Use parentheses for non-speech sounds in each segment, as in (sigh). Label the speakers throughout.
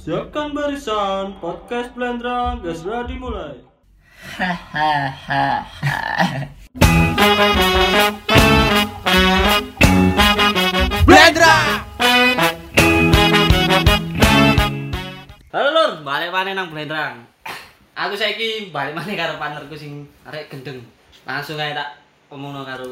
Speaker 1: Siapkan barisan, podcast Blendrang, segera dimulai.
Speaker 2: Blendra.
Speaker 3: Halo lur, balik maneh nang Blendrang. Aku saiki balik maneh karo partnerku sing arek gendeng. Langsung ae tak omongno karo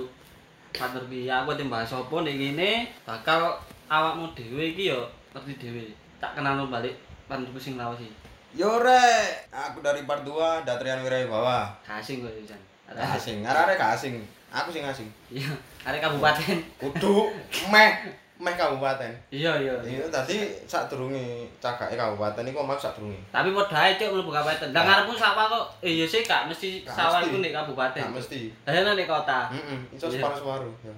Speaker 3: partner piye aku ati bahas apa nek ngene bakal awakmu dhewe iki yo ngerti dhewe. Tak kenalno balik partnerku sing lawas iki.
Speaker 2: Yore, aku dari part 2 Datrian Wirayubawa.
Speaker 3: Kasing kowe Jan. Arek-
Speaker 2: Asing, arek-arek gak asing. Aku sing asing.
Speaker 3: Iya, arek kabupaten.
Speaker 2: Kudu meh meh kabupaten.
Speaker 3: Iya, iya.
Speaker 2: Iya, tadi sadurunge cagake kabupaten iku omahku sadurunge.
Speaker 3: Tapi padha ae cuk mlebu kabupaten. Lah ngarepmu sawah kok. Eh iya sih gak mesti
Speaker 2: Gak
Speaker 3: sawah
Speaker 2: mesti.
Speaker 3: iku nek kabupaten.
Speaker 2: Gak mesti.
Speaker 3: Lah nek nek kota.
Speaker 2: Heeh, iso
Speaker 3: Iya.
Speaker 2: separuh-separuh. ya.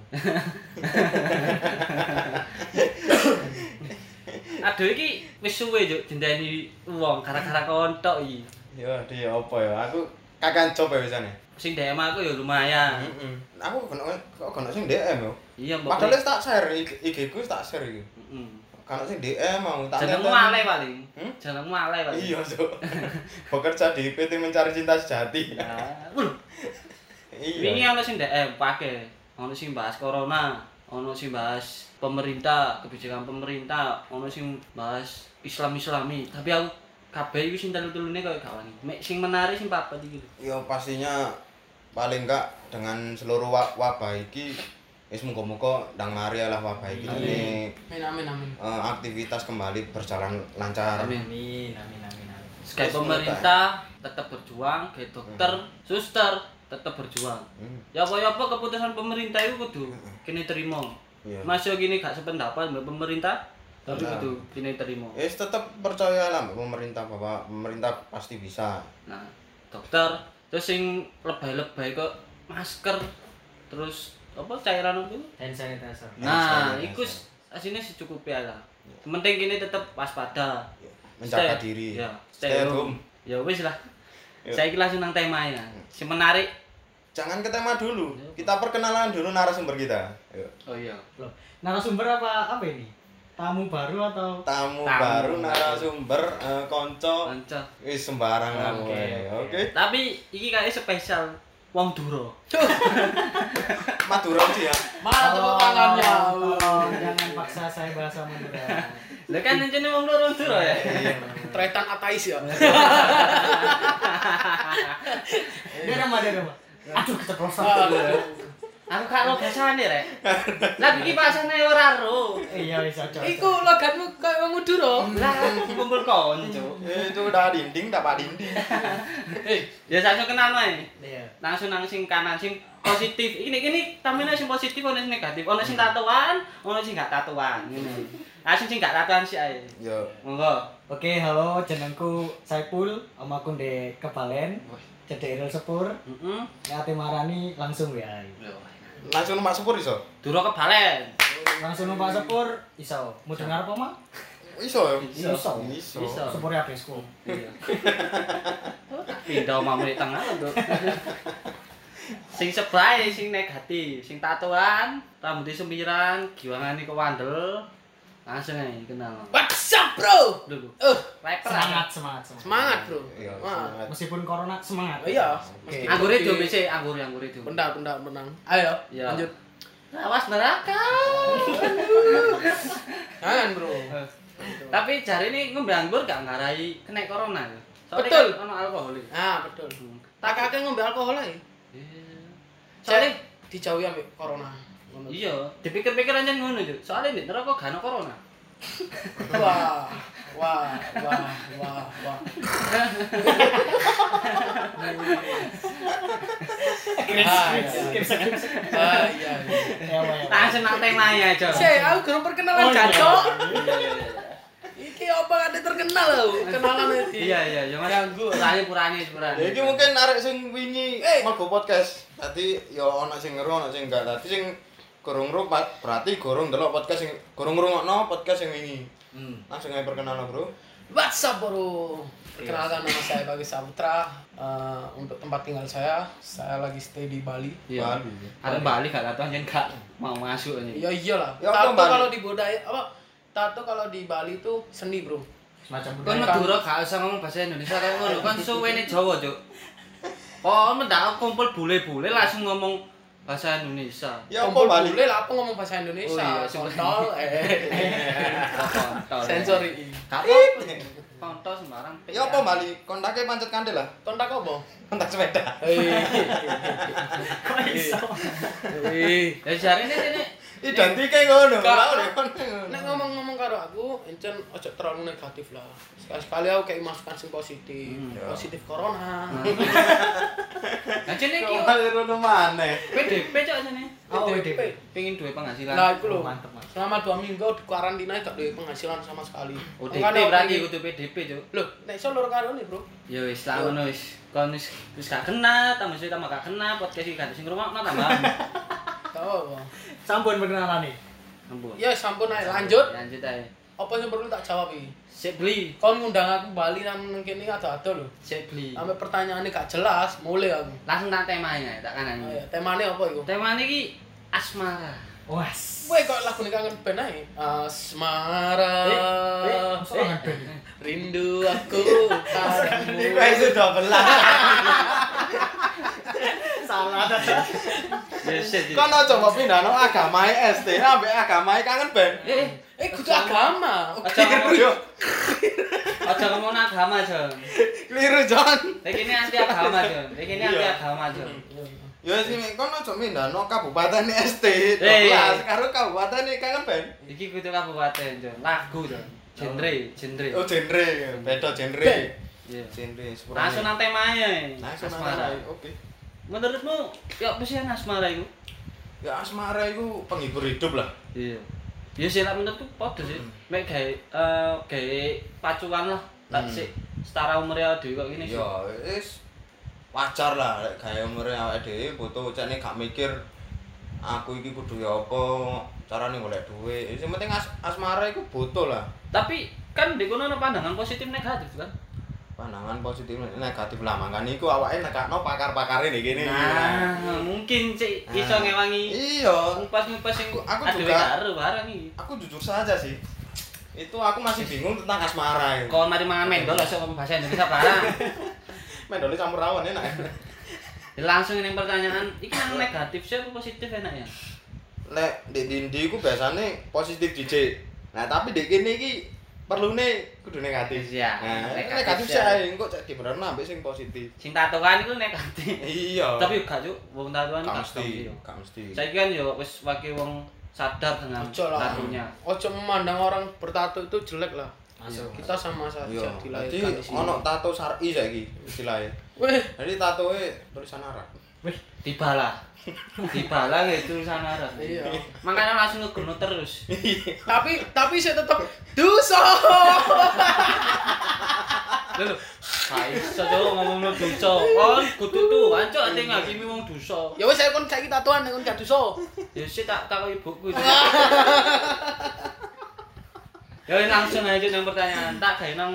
Speaker 3: Aduh iki wis suwe juk jendeni wong gara-gara kontok iki.
Speaker 2: Yo, di apa ya? Aku kakan coba biasanya.
Speaker 3: Sing DM aku ya lumayan.
Speaker 2: Heeh. Aku kena kok kena sing DM yo.
Speaker 3: Iya mbok.
Speaker 2: Padahal wis tak share IG IG ku wis tak share iki.
Speaker 3: Heeh.
Speaker 2: Kena sing DM mau tak
Speaker 3: Jenengmu
Speaker 2: teten.
Speaker 3: ale paling.
Speaker 2: Hmm?
Speaker 3: Jenengmu ale paling.
Speaker 2: Iya, Cuk. (laughs) Bekerja di PT mencari cinta sejati.
Speaker 3: Ya, Wuh, wingi
Speaker 2: Iya.
Speaker 3: ono sing DM pake. Ono sing bahas corona, ono sing bahas pemerintah, kebijakan pemerintah, ono sing bahas Islam-islami. Tapi aku kabeh iki sing telu-telune kok gak wani. Mek sing menarik sing papat iki. lho.
Speaker 2: Ya pastinya paling enggak dengan seluruh wa- wabah iki wis muga-muga ndang mari lah wabah iki ini
Speaker 4: Amin amin amin.
Speaker 2: eh, aktivitas kembali berjalan lancar.
Speaker 3: Amin.
Speaker 4: Amin amin amin. amin.
Speaker 3: Kayak pemerintah tetap berjuang, kayak dokter, suster tetap berjuang.
Speaker 2: Hmm.
Speaker 3: Ya apa-apa keputusan pemerintah itu kudu kini terima.
Speaker 2: Iya.
Speaker 3: Masih gini gak sependapat mbak pemerintah, tapi
Speaker 2: Nah.
Speaker 3: kudu kini terima.
Speaker 2: Wis tetap percaya lah mbak pemerintah bahwa pemerintah pasti bisa.
Speaker 3: Nah, dokter terus sing lebay-lebay kok masker terus apa cairan itu?
Speaker 4: Hand sanitizer.
Speaker 3: Nah,
Speaker 2: sanitizer.
Speaker 3: iku asine secukupnya lah.
Speaker 2: Iya.
Speaker 3: Penting kini tetap waspada.
Speaker 2: Menjaga
Speaker 3: Stay-
Speaker 2: diri. Iya.
Speaker 3: Ya,
Speaker 2: Stay at home. Iya. Hmm.
Speaker 3: Ya wis lah.
Speaker 2: Yo.
Speaker 3: Saya langsung nang tema ya. Si menarik.
Speaker 2: Jangan ke tema dulu. Kita perkenalan dulu narasumber kita. Yuk.
Speaker 3: Oh iya.
Speaker 5: Loh, narasumber apa apa ini? Tamu baru atau
Speaker 2: Tamu, baru narasumber eh,
Speaker 4: Oh.
Speaker 2: konco
Speaker 3: Lancar.
Speaker 2: wis sembarang lah
Speaker 5: Oke,
Speaker 2: pokoknya.
Speaker 5: oke.
Speaker 2: Oke.
Speaker 3: Tapi iki kayak spesial wong duro.
Speaker 2: Madura sih ya.
Speaker 4: Mana Ah, tepuk ya tangannya?
Speaker 5: Tolong, Oh, jangan paksa saya bahasa
Speaker 4: (laughs)
Speaker 5: Madura.
Speaker 4: Eh.
Speaker 3: Lha kan jenenge wong loro wong duro ya.
Speaker 4: Tretan atais ya.
Speaker 5: Dia nama dia apa?
Speaker 4: Eh.
Speaker 5: Aduh, keceplosan.
Speaker 4: Ah.
Speaker 3: Aku gak ro bahasane
Speaker 4: (laughs)
Speaker 3: rek. Lah iki bahasane ora ro.
Speaker 5: Iya, bisa cocok.
Speaker 4: Iku logatmu kayak wong Madura.
Speaker 3: (laughs) Lah kumpul konco.
Speaker 2: Eh, itu udah dinding, tak pak dinding.
Speaker 3: Ya langsung kenal wae.
Speaker 5: Iya.
Speaker 3: Langsung nang sing kanan sing positif. Ini ini tamene sing positif ono sing negatif, ono sing tatoan, ono sing gak tatoan. Ngene. Lah sing sing gak tatoan sik ae.
Speaker 2: Yo.
Speaker 3: Monggo.
Speaker 5: Oke, halo, jenengku Saipul, om aku di Kebalen, cedek Iril Sepur,
Speaker 3: Heeh.
Speaker 5: Ate Marani langsung ya.
Speaker 4: Iya.
Speaker 2: Langsung numpak sepur iso.
Speaker 3: Duro kebalen.
Speaker 5: Langsung numpak Sepur, iso. Mau dengar apa, Mak?
Speaker 2: Iso ya.
Speaker 3: Iso.
Speaker 2: Iso.
Speaker 3: Iso.
Speaker 5: Sepur ya besku.
Speaker 3: Iya. Pindah omahmu di tengah lho, Nduk. Sing sebelah ae, sing negatif, sing tatoan, rambutnya semiran, giwangane kewandel. Langsung ae kenal.
Speaker 4: What's up bro?
Speaker 3: Dulu.
Speaker 4: Eh,
Speaker 3: Rapper.
Speaker 5: Semangat, semangat, semangat.
Speaker 4: semangat bro.
Speaker 2: Iya,
Speaker 4: Wah.
Speaker 2: semangat.
Speaker 5: Meskipun corona, semangat.
Speaker 4: Oh, Iya.
Speaker 2: Oke.
Speaker 3: Anggure dhewe sih, anggure anggure dhewe.
Speaker 4: Bentar bentar bentar. Ayo
Speaker 3: Iya.
Speaker 4: lanjut.
Speaker 3: Awas neraka.
Speaker 4: Jangan Kan, bro.
Speaker 3: Tapi jari ini ngombe anggur gak ngarai kena corona. lho. Soalnya
Speaker 4: Betul.
Speaker 3: kan Ono alkohol. lho.
Speaker 4: Ah betul.
Speaker 3: Hmm.
Speaker 4: Tak kakek ngombe alkohol ae.
Speaker 3: Iya.
Speaker 4: Soalnya
Speaker 3: Soalnya
Speaker 4: dijauhi ambek corona.
Speaker 3: iya, dipikir-pikir aja ngono, Cuk. Soalnya di neraka gak ono corona.
Speaker 4: Wah. Wah, wah, wah, wah. Ah, iya, iya. Ah, iya, iya.
Speaker 5: Ya, ya, ya.
Speaker 3: Langsung nang temanya aja.
Speaker 4: Saya aku guru perkenalan
Speaker 5: Oh, iya.
Speaker 4: jancok. Iki apa kate terkenal lho, kenalan iki.
Speaker 3: Iya iya, ya Mas.
Speaker 4: Ganggu.
Speaker 3: Purane purane purane.
Speaker 2: Ya, Iki mungkin arek sing wingi
Speaker 4: Eh.
Speaker 2: mergo podcast. Tadi yo ono sing ngeru, ono sing enggak. Tadi sing gorong ngeru pa- berarti gorong delok podcast sing gorong ngrungokno podcast sing wingi.
Speaker 3: Hmm.
Speaker 2: Langsung ae perkenalan, Bro.
Speaker 4: What's up, bro? Perkenalkan nama saya Bagus Saputra. Eh, untuk tempat tinggal saya, saya lagi stay di Bali.
Speaker 3: Iya.
Speaker 2: Bali.
Speaker 3: Arep balik gak tahu anjen gak mau masuk anjen.
Speaker 4: Ya iyalah.
Speaker 2: Ya, apa
Speaker 4: tato
Speaker 2: Bali?
Speaker 4: kalau di budaya apa? Tato kalau di Bali itu seni, bro.
Speaker 5: Semacam
Speaker 3: Kau
Speaker 5: budaya.
Speaker 3: Madura gak usah ngomong bahasa Indonesia kan ngono kan suwene Jawa, Cuk. Ono ndak kumpul bule-bule langsung ngomong bahasa
Speaker 2: (laughs)
Speaker 3: Indonesia.
Speaker 2: Ya apa
Speaker 4: Kumpul
Speaker 2: Bali?
Speaker 4: bule lah apa ngomong bahasa
Speaker 3: Oh iya,
Speaker 4: Indonesia. Sontol
Speaker 2: (laughs)
Speaker 4: eh
Speaker 3: Kontol.
Speaker 4: sensori.
Speaker 2: Tit.
Speaker 3: Kontol sembarang.
Speaker 2: Ya apa Bali? Kontaknya pancet kandel lah.
Speaker 4: Kontak apa?
Speaker 2: Kontak sepeda.
Speaker 5: Kok iso?
Speaker 4: Hei.
Speaker 3: Ya jarine ini
Speaker 2: Identike ngono.
Speaker 4: Kak.
Speaker 2: Lah oleh kon.
Speaker 4: (laughs) Nek ngomong-ngomong karo aku, encen ojo terlalu negatif lah. Sekali-sekali aku kayak masukan sing positif.
Speaker 2: Hmm, ya.
Speaker 4: Positif corona. (laughs)
Speaker 3: Nah, jene iki
Speaker 2: Kok ngono maneh.
Speaker 3: PDP cok jene.
Speaker 5: Oh,
Speaker 4: PDP.
Speaker 5: DP.
Speaker 3: Pengin duwe penghasilan.
Speaker 4: Nah, itu loh.
Speaker 5: Mantep, mantep.
Speaker 4: Selama dua minggu di karantina gak duwe penghasilan sama sekali.
Speaker 2: Oh,
Speaker 3: ODP
Speaker 4: Makanya
Speaker 3: berarti
Speaker 4: aku-
Speaker 3: kudu PDP, Cuk.
Speaker 4: Loh, nek iso loro karo nih, Bro.
Speaker 3: Ya wis lah ngono wis. Kon wis wis gak kena, tambah suwe tambah gak kena, podcast iki gak ada sing ngrungokno tambah.
Speaker 4: Tahu apa?
Speaker 5: Sampun perkenalan nih.
Speaker 3: Ampun.
Speaker 4: Ya sampun ae lanjut.
Speaker 3: Lanjut ae.
Speaker 4: Apa yang perlu tak jawab iki?
Speaker 3: Sik beli,
Speaker 4: Kon ngundang aku Bali nang nang kene ada-ada lho.
Speaker 3: sik beli.
Speaker 4: Sampe pertanyaannya gak jelas, mulai aku.
Speaker 3: Langsung tak temanya, tak kanan.
Speaker 4: Oh, ya. Temane apa iku?
Speaker 3: Temane iki asmara.
Speaker 5: Was.
Speaker 4: Weh kok lagu kangen ben ae. Asmara.
Speaker 5: Soalnya band.
Speaker 4: Rindu aku
Speaker 2: Iku
Speaker 4: padamu.
Speaker 2: wis belas.
Speaker 5: Salah.
Speaker 3: Ya sik.
Speaker 2: Kon coba pindahno agamae ST ambek agamae kangen ben.
Speaker 3: Eh,
Speaker 4: Eh, kudu agama. Oh,
Speaker 3: aja
Speaker 2: Keliru
Speaker 3: ngomong-
Speaker 2: yo.
Speaker 3: aja ngomong agama, Jon.
Speaker 2: Keliru Jon.
Speaker 3: Iki ini anti agama, Jon. Iki ini anti agama, Jon.
Speaker 2: Ya sini kon aja pindahno kabupaten ST.
Speaker 3: Eh.
Speaker 2: Belas karo kabupaten kangen ben.
Speaker 3: Iki kudu kabupaten, Jon. Lagu, Jon. Genre, genre.
Speaker 2: Oh genre, beda genre.
Speaker 3: Iya.
Speaker 2: Genre sepurane.
Speaker 3: Langsung nang temanya.
Speaker 2: Langsung
Speaker 3: asmara.
Speaker 2: asmara. Oke.
Speaker 3: Menurutmu, ya apa sih yang asmara itu?
Speaker 2: Ya asmara iku penghibur hidup lah.
Speaker 3: Iya. Ya sih lah menurutku podo sih.
Speaker 2: Hmm.
Speaker 3: Mek gawe eh gawe pacuan lah.
Speaker 2: Hmm.
Speaker 3: Tak sik setara umurnya dhewe kok ngene sih.
Speaker 2: Ya wis wajar lah lek gawe umure awake dhewe butuh cekne gak mikir aku iki kudu ya apa carane golek duit. Sing penting as asmara iku butuh lah.
Speaker 3: Tapi kan di kono ana pandangan positif negatif kan.
Speaker 2: Pandangan positif dan negatif lah makane iku awake nekakno pakar-pakare nih kene.
Speaker 3: Nah, mungkin sih
Speaker 2: Nah.
Speaker 3: iso ngewangi
Speaker 2: Iya,
Speaker 3: ngupas-ngupas sing
Speaker 2: Aku- aku
Speaker 3: adewe
Speaker 2: juga-
Speaker 3: karo barang iki.
Speaker 2: aku jujur saja sih. Itu aku masih bingung tentang asmara iku.
Speaker 3: Kon mari mangan mendol iso ngomong bahasa Indonesia
Speaker 2: (laughs)
Speaker 3: barang.
Speaker 2: Mendole campur rawon enak.
Speaker 3: Ya, Langsung ini pertanyaan, iki nang negatif sih apa positif enak ya?
Speaker 2: Lek di dindi iku biasane positif DJ. Nah, tapi di kene iki perlune kudu negatif.
Speaker 3: Iya,
Speaker 2: Nah,
Speaker 3: negatif
Speaker 2: negatif sih
Speaker 3: ya.
Speaker 2: ae engko cek dibenerno ambek sing positif.
Speaker 3: Sing tatoan iku negatif.
Speaker 2: Iya.
Speaker 3: Tapi gak cuk, wong tatoan
Speaker 2: gak
Speaker 3: gak
Speaker 2: mesti,
Speaker 3: tau.
Speaker 2: gak mesti.
Speaker 3: Saya kan yo wis wakil wong sadar dengan
Speaker 4: Ojo lah.
Speaker 3: tatunya.
Speaker 4: Ojo memandang orang bertato itu jelek lah.
Speaker 2: Iya.
Speaker 4: Kita sama
Speaker 2: Iya.
Speaker 4: saja
Speaker 2: Dadi
Speaker 4: dilahirkan di sini.
Speaker 2: ono tato syar'i saiki istilahnya.
Speaker 4: Weh,
Speaker 2: Jadi tatoe tulisan Arab.
Speaker 3: Tibalah. (laughs) Tibalah gitu sana Arab.
Speaker 4: Iya.
Speaker 3: Makanya langsung ngegono terus.
Speaker 4: tapi tapi saya tetap duso. (laughs)
Speaker 3: Lho, gak iso cok ngomongno dosa. Kon kudu tuh ancok ate ngakimi wong dosa.
Speaker 4: ya wes saya kon saiki tatoan kon gak duso.
Speaker 3: Ya sih tak takok ibuku. Cuk. Ya wis, langsung aja nang pertanyaan. Tak gawe nang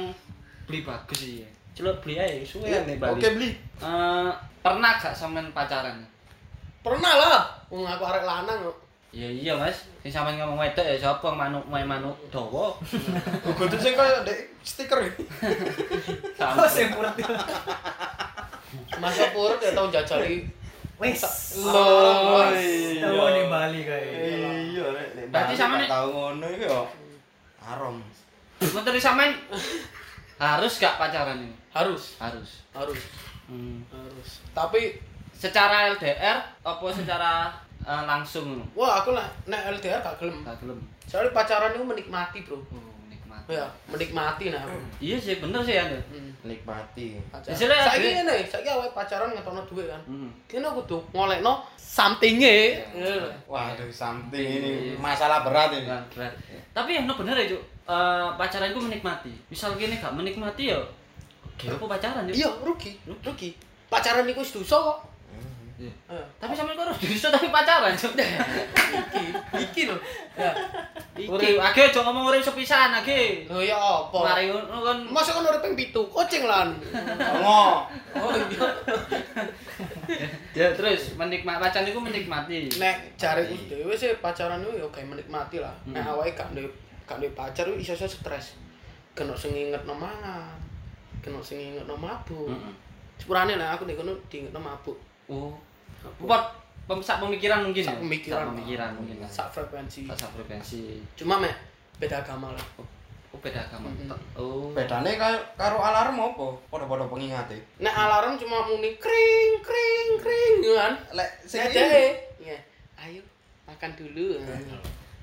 Speaker 3: beli bagus sih. Celok beli aja suwe
Speaker 2: Iya,
Speaker 3: nih Bali.
Speaker 2: Oke, beli.
Speaker 3: Eh, pernah gak sampean pacaran?
Speaker 4: Pernah lah. Wong aku arek lanang kok.
Speaker 3: Ya iya Mas, sing sampean ngomong wedok ya sapa manuk main manuk dawa.
Speaker 2: Ugo tuh Oh, sing koyo ndek stiker.
Speaker 5: Oh, sempurna.
Speaker 4: Masa purut ya tahun jajali.
Speaker 5: Wes.
Speaker 2: Loh.
Speaker 5: Tahu nih Bali kayak.
Speaker 2: Iya, Rek.
Speaker 3: Berarti sama nih.
Speaker 2: tahu ngono iki yo. Arom.
Speaker 3: Menteri sampean harus gak pacaran ini?
Speaker 4: Harus,
Speaker 3: Harus.
Speaker 4: harus,
Speaker 3: Hmm.
Speaker 4: harus. Tapi
Speaker 3: Secara LDR apa secara eh, langsung?
Speaker 4: wah aku lah nek LDR gak gelem.
Speaker 3: Gak gelem.
Speaker 4: Soalnya pacaran itu menikmati, Bro.
Speaker 3: Oh, nikmat.
Speaker 4: Ya, menikmati nah aku.
Speaker 3: Iya sih bener sih ya. Nduk.
Speaker 4: Hmm.
Speaker 2: Nikmati.
Speaker 4: Pacaran.
Speaker 3: Hasilnya ya,
Speaker 4: Saiki
Speaker 3: duit.
Speaker 4: ngene, saiki awake pacaran ngetokno duit kan.
Speaker 3: Hmm.
Speaker 4: Kene kudu ngolekno something-e. Ngono lho.
Speaker 2: Waduh, something ini masalah Iya, berat ini.
Speaker 3: Berat, berat. Tapi ya no bener ya, Cuk. Eh, pacaran gue menikmati. Misal gini gak menikmati ya Gak apa pacaran Cuk.
Speaker 4: Iya, rugi, rugi. Pacaran iku wis dosa kok.
Speaker 3: Iya.
Speaker 4: Eh,
Speaker 3: Hmm. Tapi sampean kok harus diusut tapi pacaran, Cuk.
Speaker 4: Iki, iki lho. Ya.
Speaker 3: Urip age aja ngomong urip sepisan age.
Speaker 4: Lho ya apa?
Speaker 3: Mari ngono kan
Speaker 4: Masa kan urip ping 7, kucing anu. lan.
Speaker 2: Ngo.
Speaker 4: Oh iya.
Speaker 3: ya terus menikmati pacaran itu menikmati
Speaker 4: Nek jareku dhewe
Speaker 2: Hmm.
Speaker 4: sih pacaran iku ya gawe menikmati lah. Nek awake gak duwe gak duwe pacar iku iso-iso stres. kena sing inget no mangan, kena sing inget no mabuk.
Speaker 2: Hmm.
Speaker 3: Heeh.
Speaker 4: Sepurane lah aku nek kono diinget no mabuk.
Speaker 3: Oh. Buat pemisah pemikiran mungkin. ya?
Speaker 4: Sak pemikiran.
Speaker 3: Sak pemikiran mungkin.
Speaker 2: Iya.
Speaker 3: Sak
Speaker 4: Sak frekuensi.
Speaker 3: sak frekuensi.
Speaker 4: Cuma mek beda agama lah.
Speaker 3: Oh, beda agama.
Speaker 4: Mm-mm.
Speaker 3: Oh.
Speaker 2: Bedane karo karo alarm apa? Padha-padha e. pengingate.
Speaker 4: Nek alarm cuma muni kring kring kring gitu kan.
Speaker 2: Lek sing
Speaker 4: Sing
Speaker 2: iki
Speaker 4: Iya. Ayo makan dulu.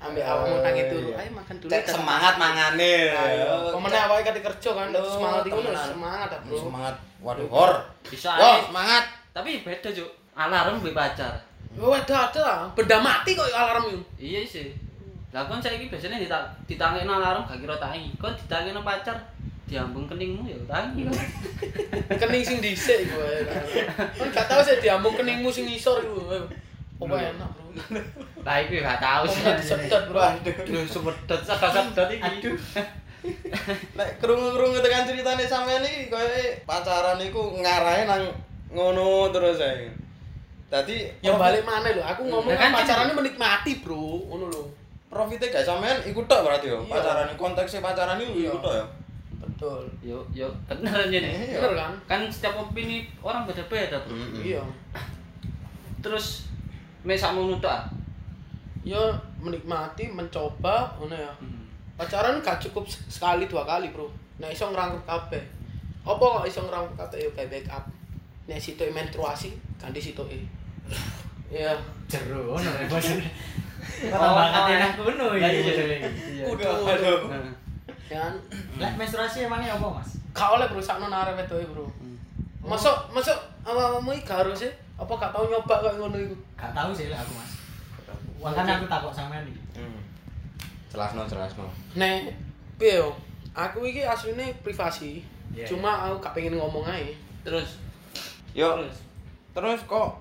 Speaker 4: Ambil
Speaker 2: Eh,
Speaker 4: awakmu nang itu.
Speaker 2: iya.
Speaker 4: Ayo makan dulu.
Speaker 2: cek semangat mangane.
Speaker 4: Ayo. Pemene
Speaker 2: Cek-
Speaker 4: awake kate kerja kan
Speaker 2: Loh,
Speaker 4: semangat iku
Speaker 2: temenan.
Speaker 4: semangat ah, Bro.
Speaker 2: Semangat. Waduh, hor.
Speaker 3: Bisa
Speaker 2: Yo,
Speaker 3: aja.
Speaker 2: semangat.
Speaker 3: Tapi beda, Cuk. Alarm mbek pacar.
Speaker 4: Oh, ada ada lah. Benda mati kok alarm itu.
Speaker 3: Iya sih. Lah kon saiki biasanya dita ditangekno alarm gak kira tangi. Kon ditangekno pacar diambung keningmu ya
Speaker 4: (laughs)
Speaker 3: tangi. kon.
Speaker 4: Kening sing dhisik iku. ayo. Kan gak tau sih diambung keningmu sing ngisor iku. ayo. Pokoknya enak,
Speaker 2: (laughs)
Speaker 4: Bro.
Speaker 3: Lah iku ya gak tau sih.
Speaker 4: Pokoknya disedot, Bro.
Speaker 3: Duh, sepedot sak sepedot iki. Aduh.
Speaker 2: Lek krungu-krungu tekan ceritane sampean iki koyo eh, pacaran iku ngarahe nang ngono terus ae. Dadi
Speaker 4: Ya
Speaker 2: profi-
Speaker 4: balik mana lho, aku ngomong
Speaker 3: Ya kan,
Speaker 4: kan pacarannya menikmati, Bro. Ngono lho.
Speaker 2: profite gak sampean iku tok berarti yo.
Speaker 4: Iya.
Speaker 2: Pacaran konteksnya pacaran iku iku
Speaker 4: Iya.
Speaker 2: tok ya.
Speaker 4: Betul.
Speaker 3: Yo yo bener
Speaker 2: Eh,
Speaker 3: ini.
Speaker 2: Iya. Hmm.
Speaker 4: Bener kan?
Speaker 3: Kan setiap opini orang beda-beda, Bro.
Speaker 2: Mm-mm.
Speaker 4: Iya.
Speaker 3: Terus mes sak ngono tok. ah?
Speaker 4: Ya menikmati, mencoba, ngono ya. Pacaran gak cukup se- sekali dua kali, Bro. Nah, iso ngrangkep kabeh. Apa kok iso ngrangkep kabeh yo kayak backup. Nek situ menstruasi, ganti situ e. Iya.
Speaker 5: Jeru, ngono ya, (laughs) bos.
Speaker 3: Oh,
Speaker 5: Tambah
Speaker 3: oh,
Speaker 5: katanya
Speaker 3: eh.
Speaker 5: kuno
Speaker 3: Lah,
Speaker 5: ya.
Speaker 3: iya. Iya.
Speaker 4: Kudu.
Speaker 2: Aduh.
Speaker 3: Nah.
Speaker 4: Kan
Speaker 5: Lah menstruasi emangnya apa, Mas?
Speaker 4: gak oleh rusakno nang arep wedoke, e, Bro.
Speaker 5: Hmm.
Speaker 4: Masuk, masuk awakmu iki gak harus e. Apa gak tau nyoba kok ngono iku.
Speaker 5: Gak tahu sih lah aku, Mas. Makanya kan aku takut sampean iki.
Speaker 2: Hmm. Jelasno, jelasno.
Speaker 4: Nek piye yo? Aku iki asline privasi.
Speaker 5: Iya.
Speaker 4: Cuma aku gak pengen ngomong ae.
Speaker 3: Terus
Speaker 2: Yo,
Speaker 3: terus.
Speaker 2: terus kok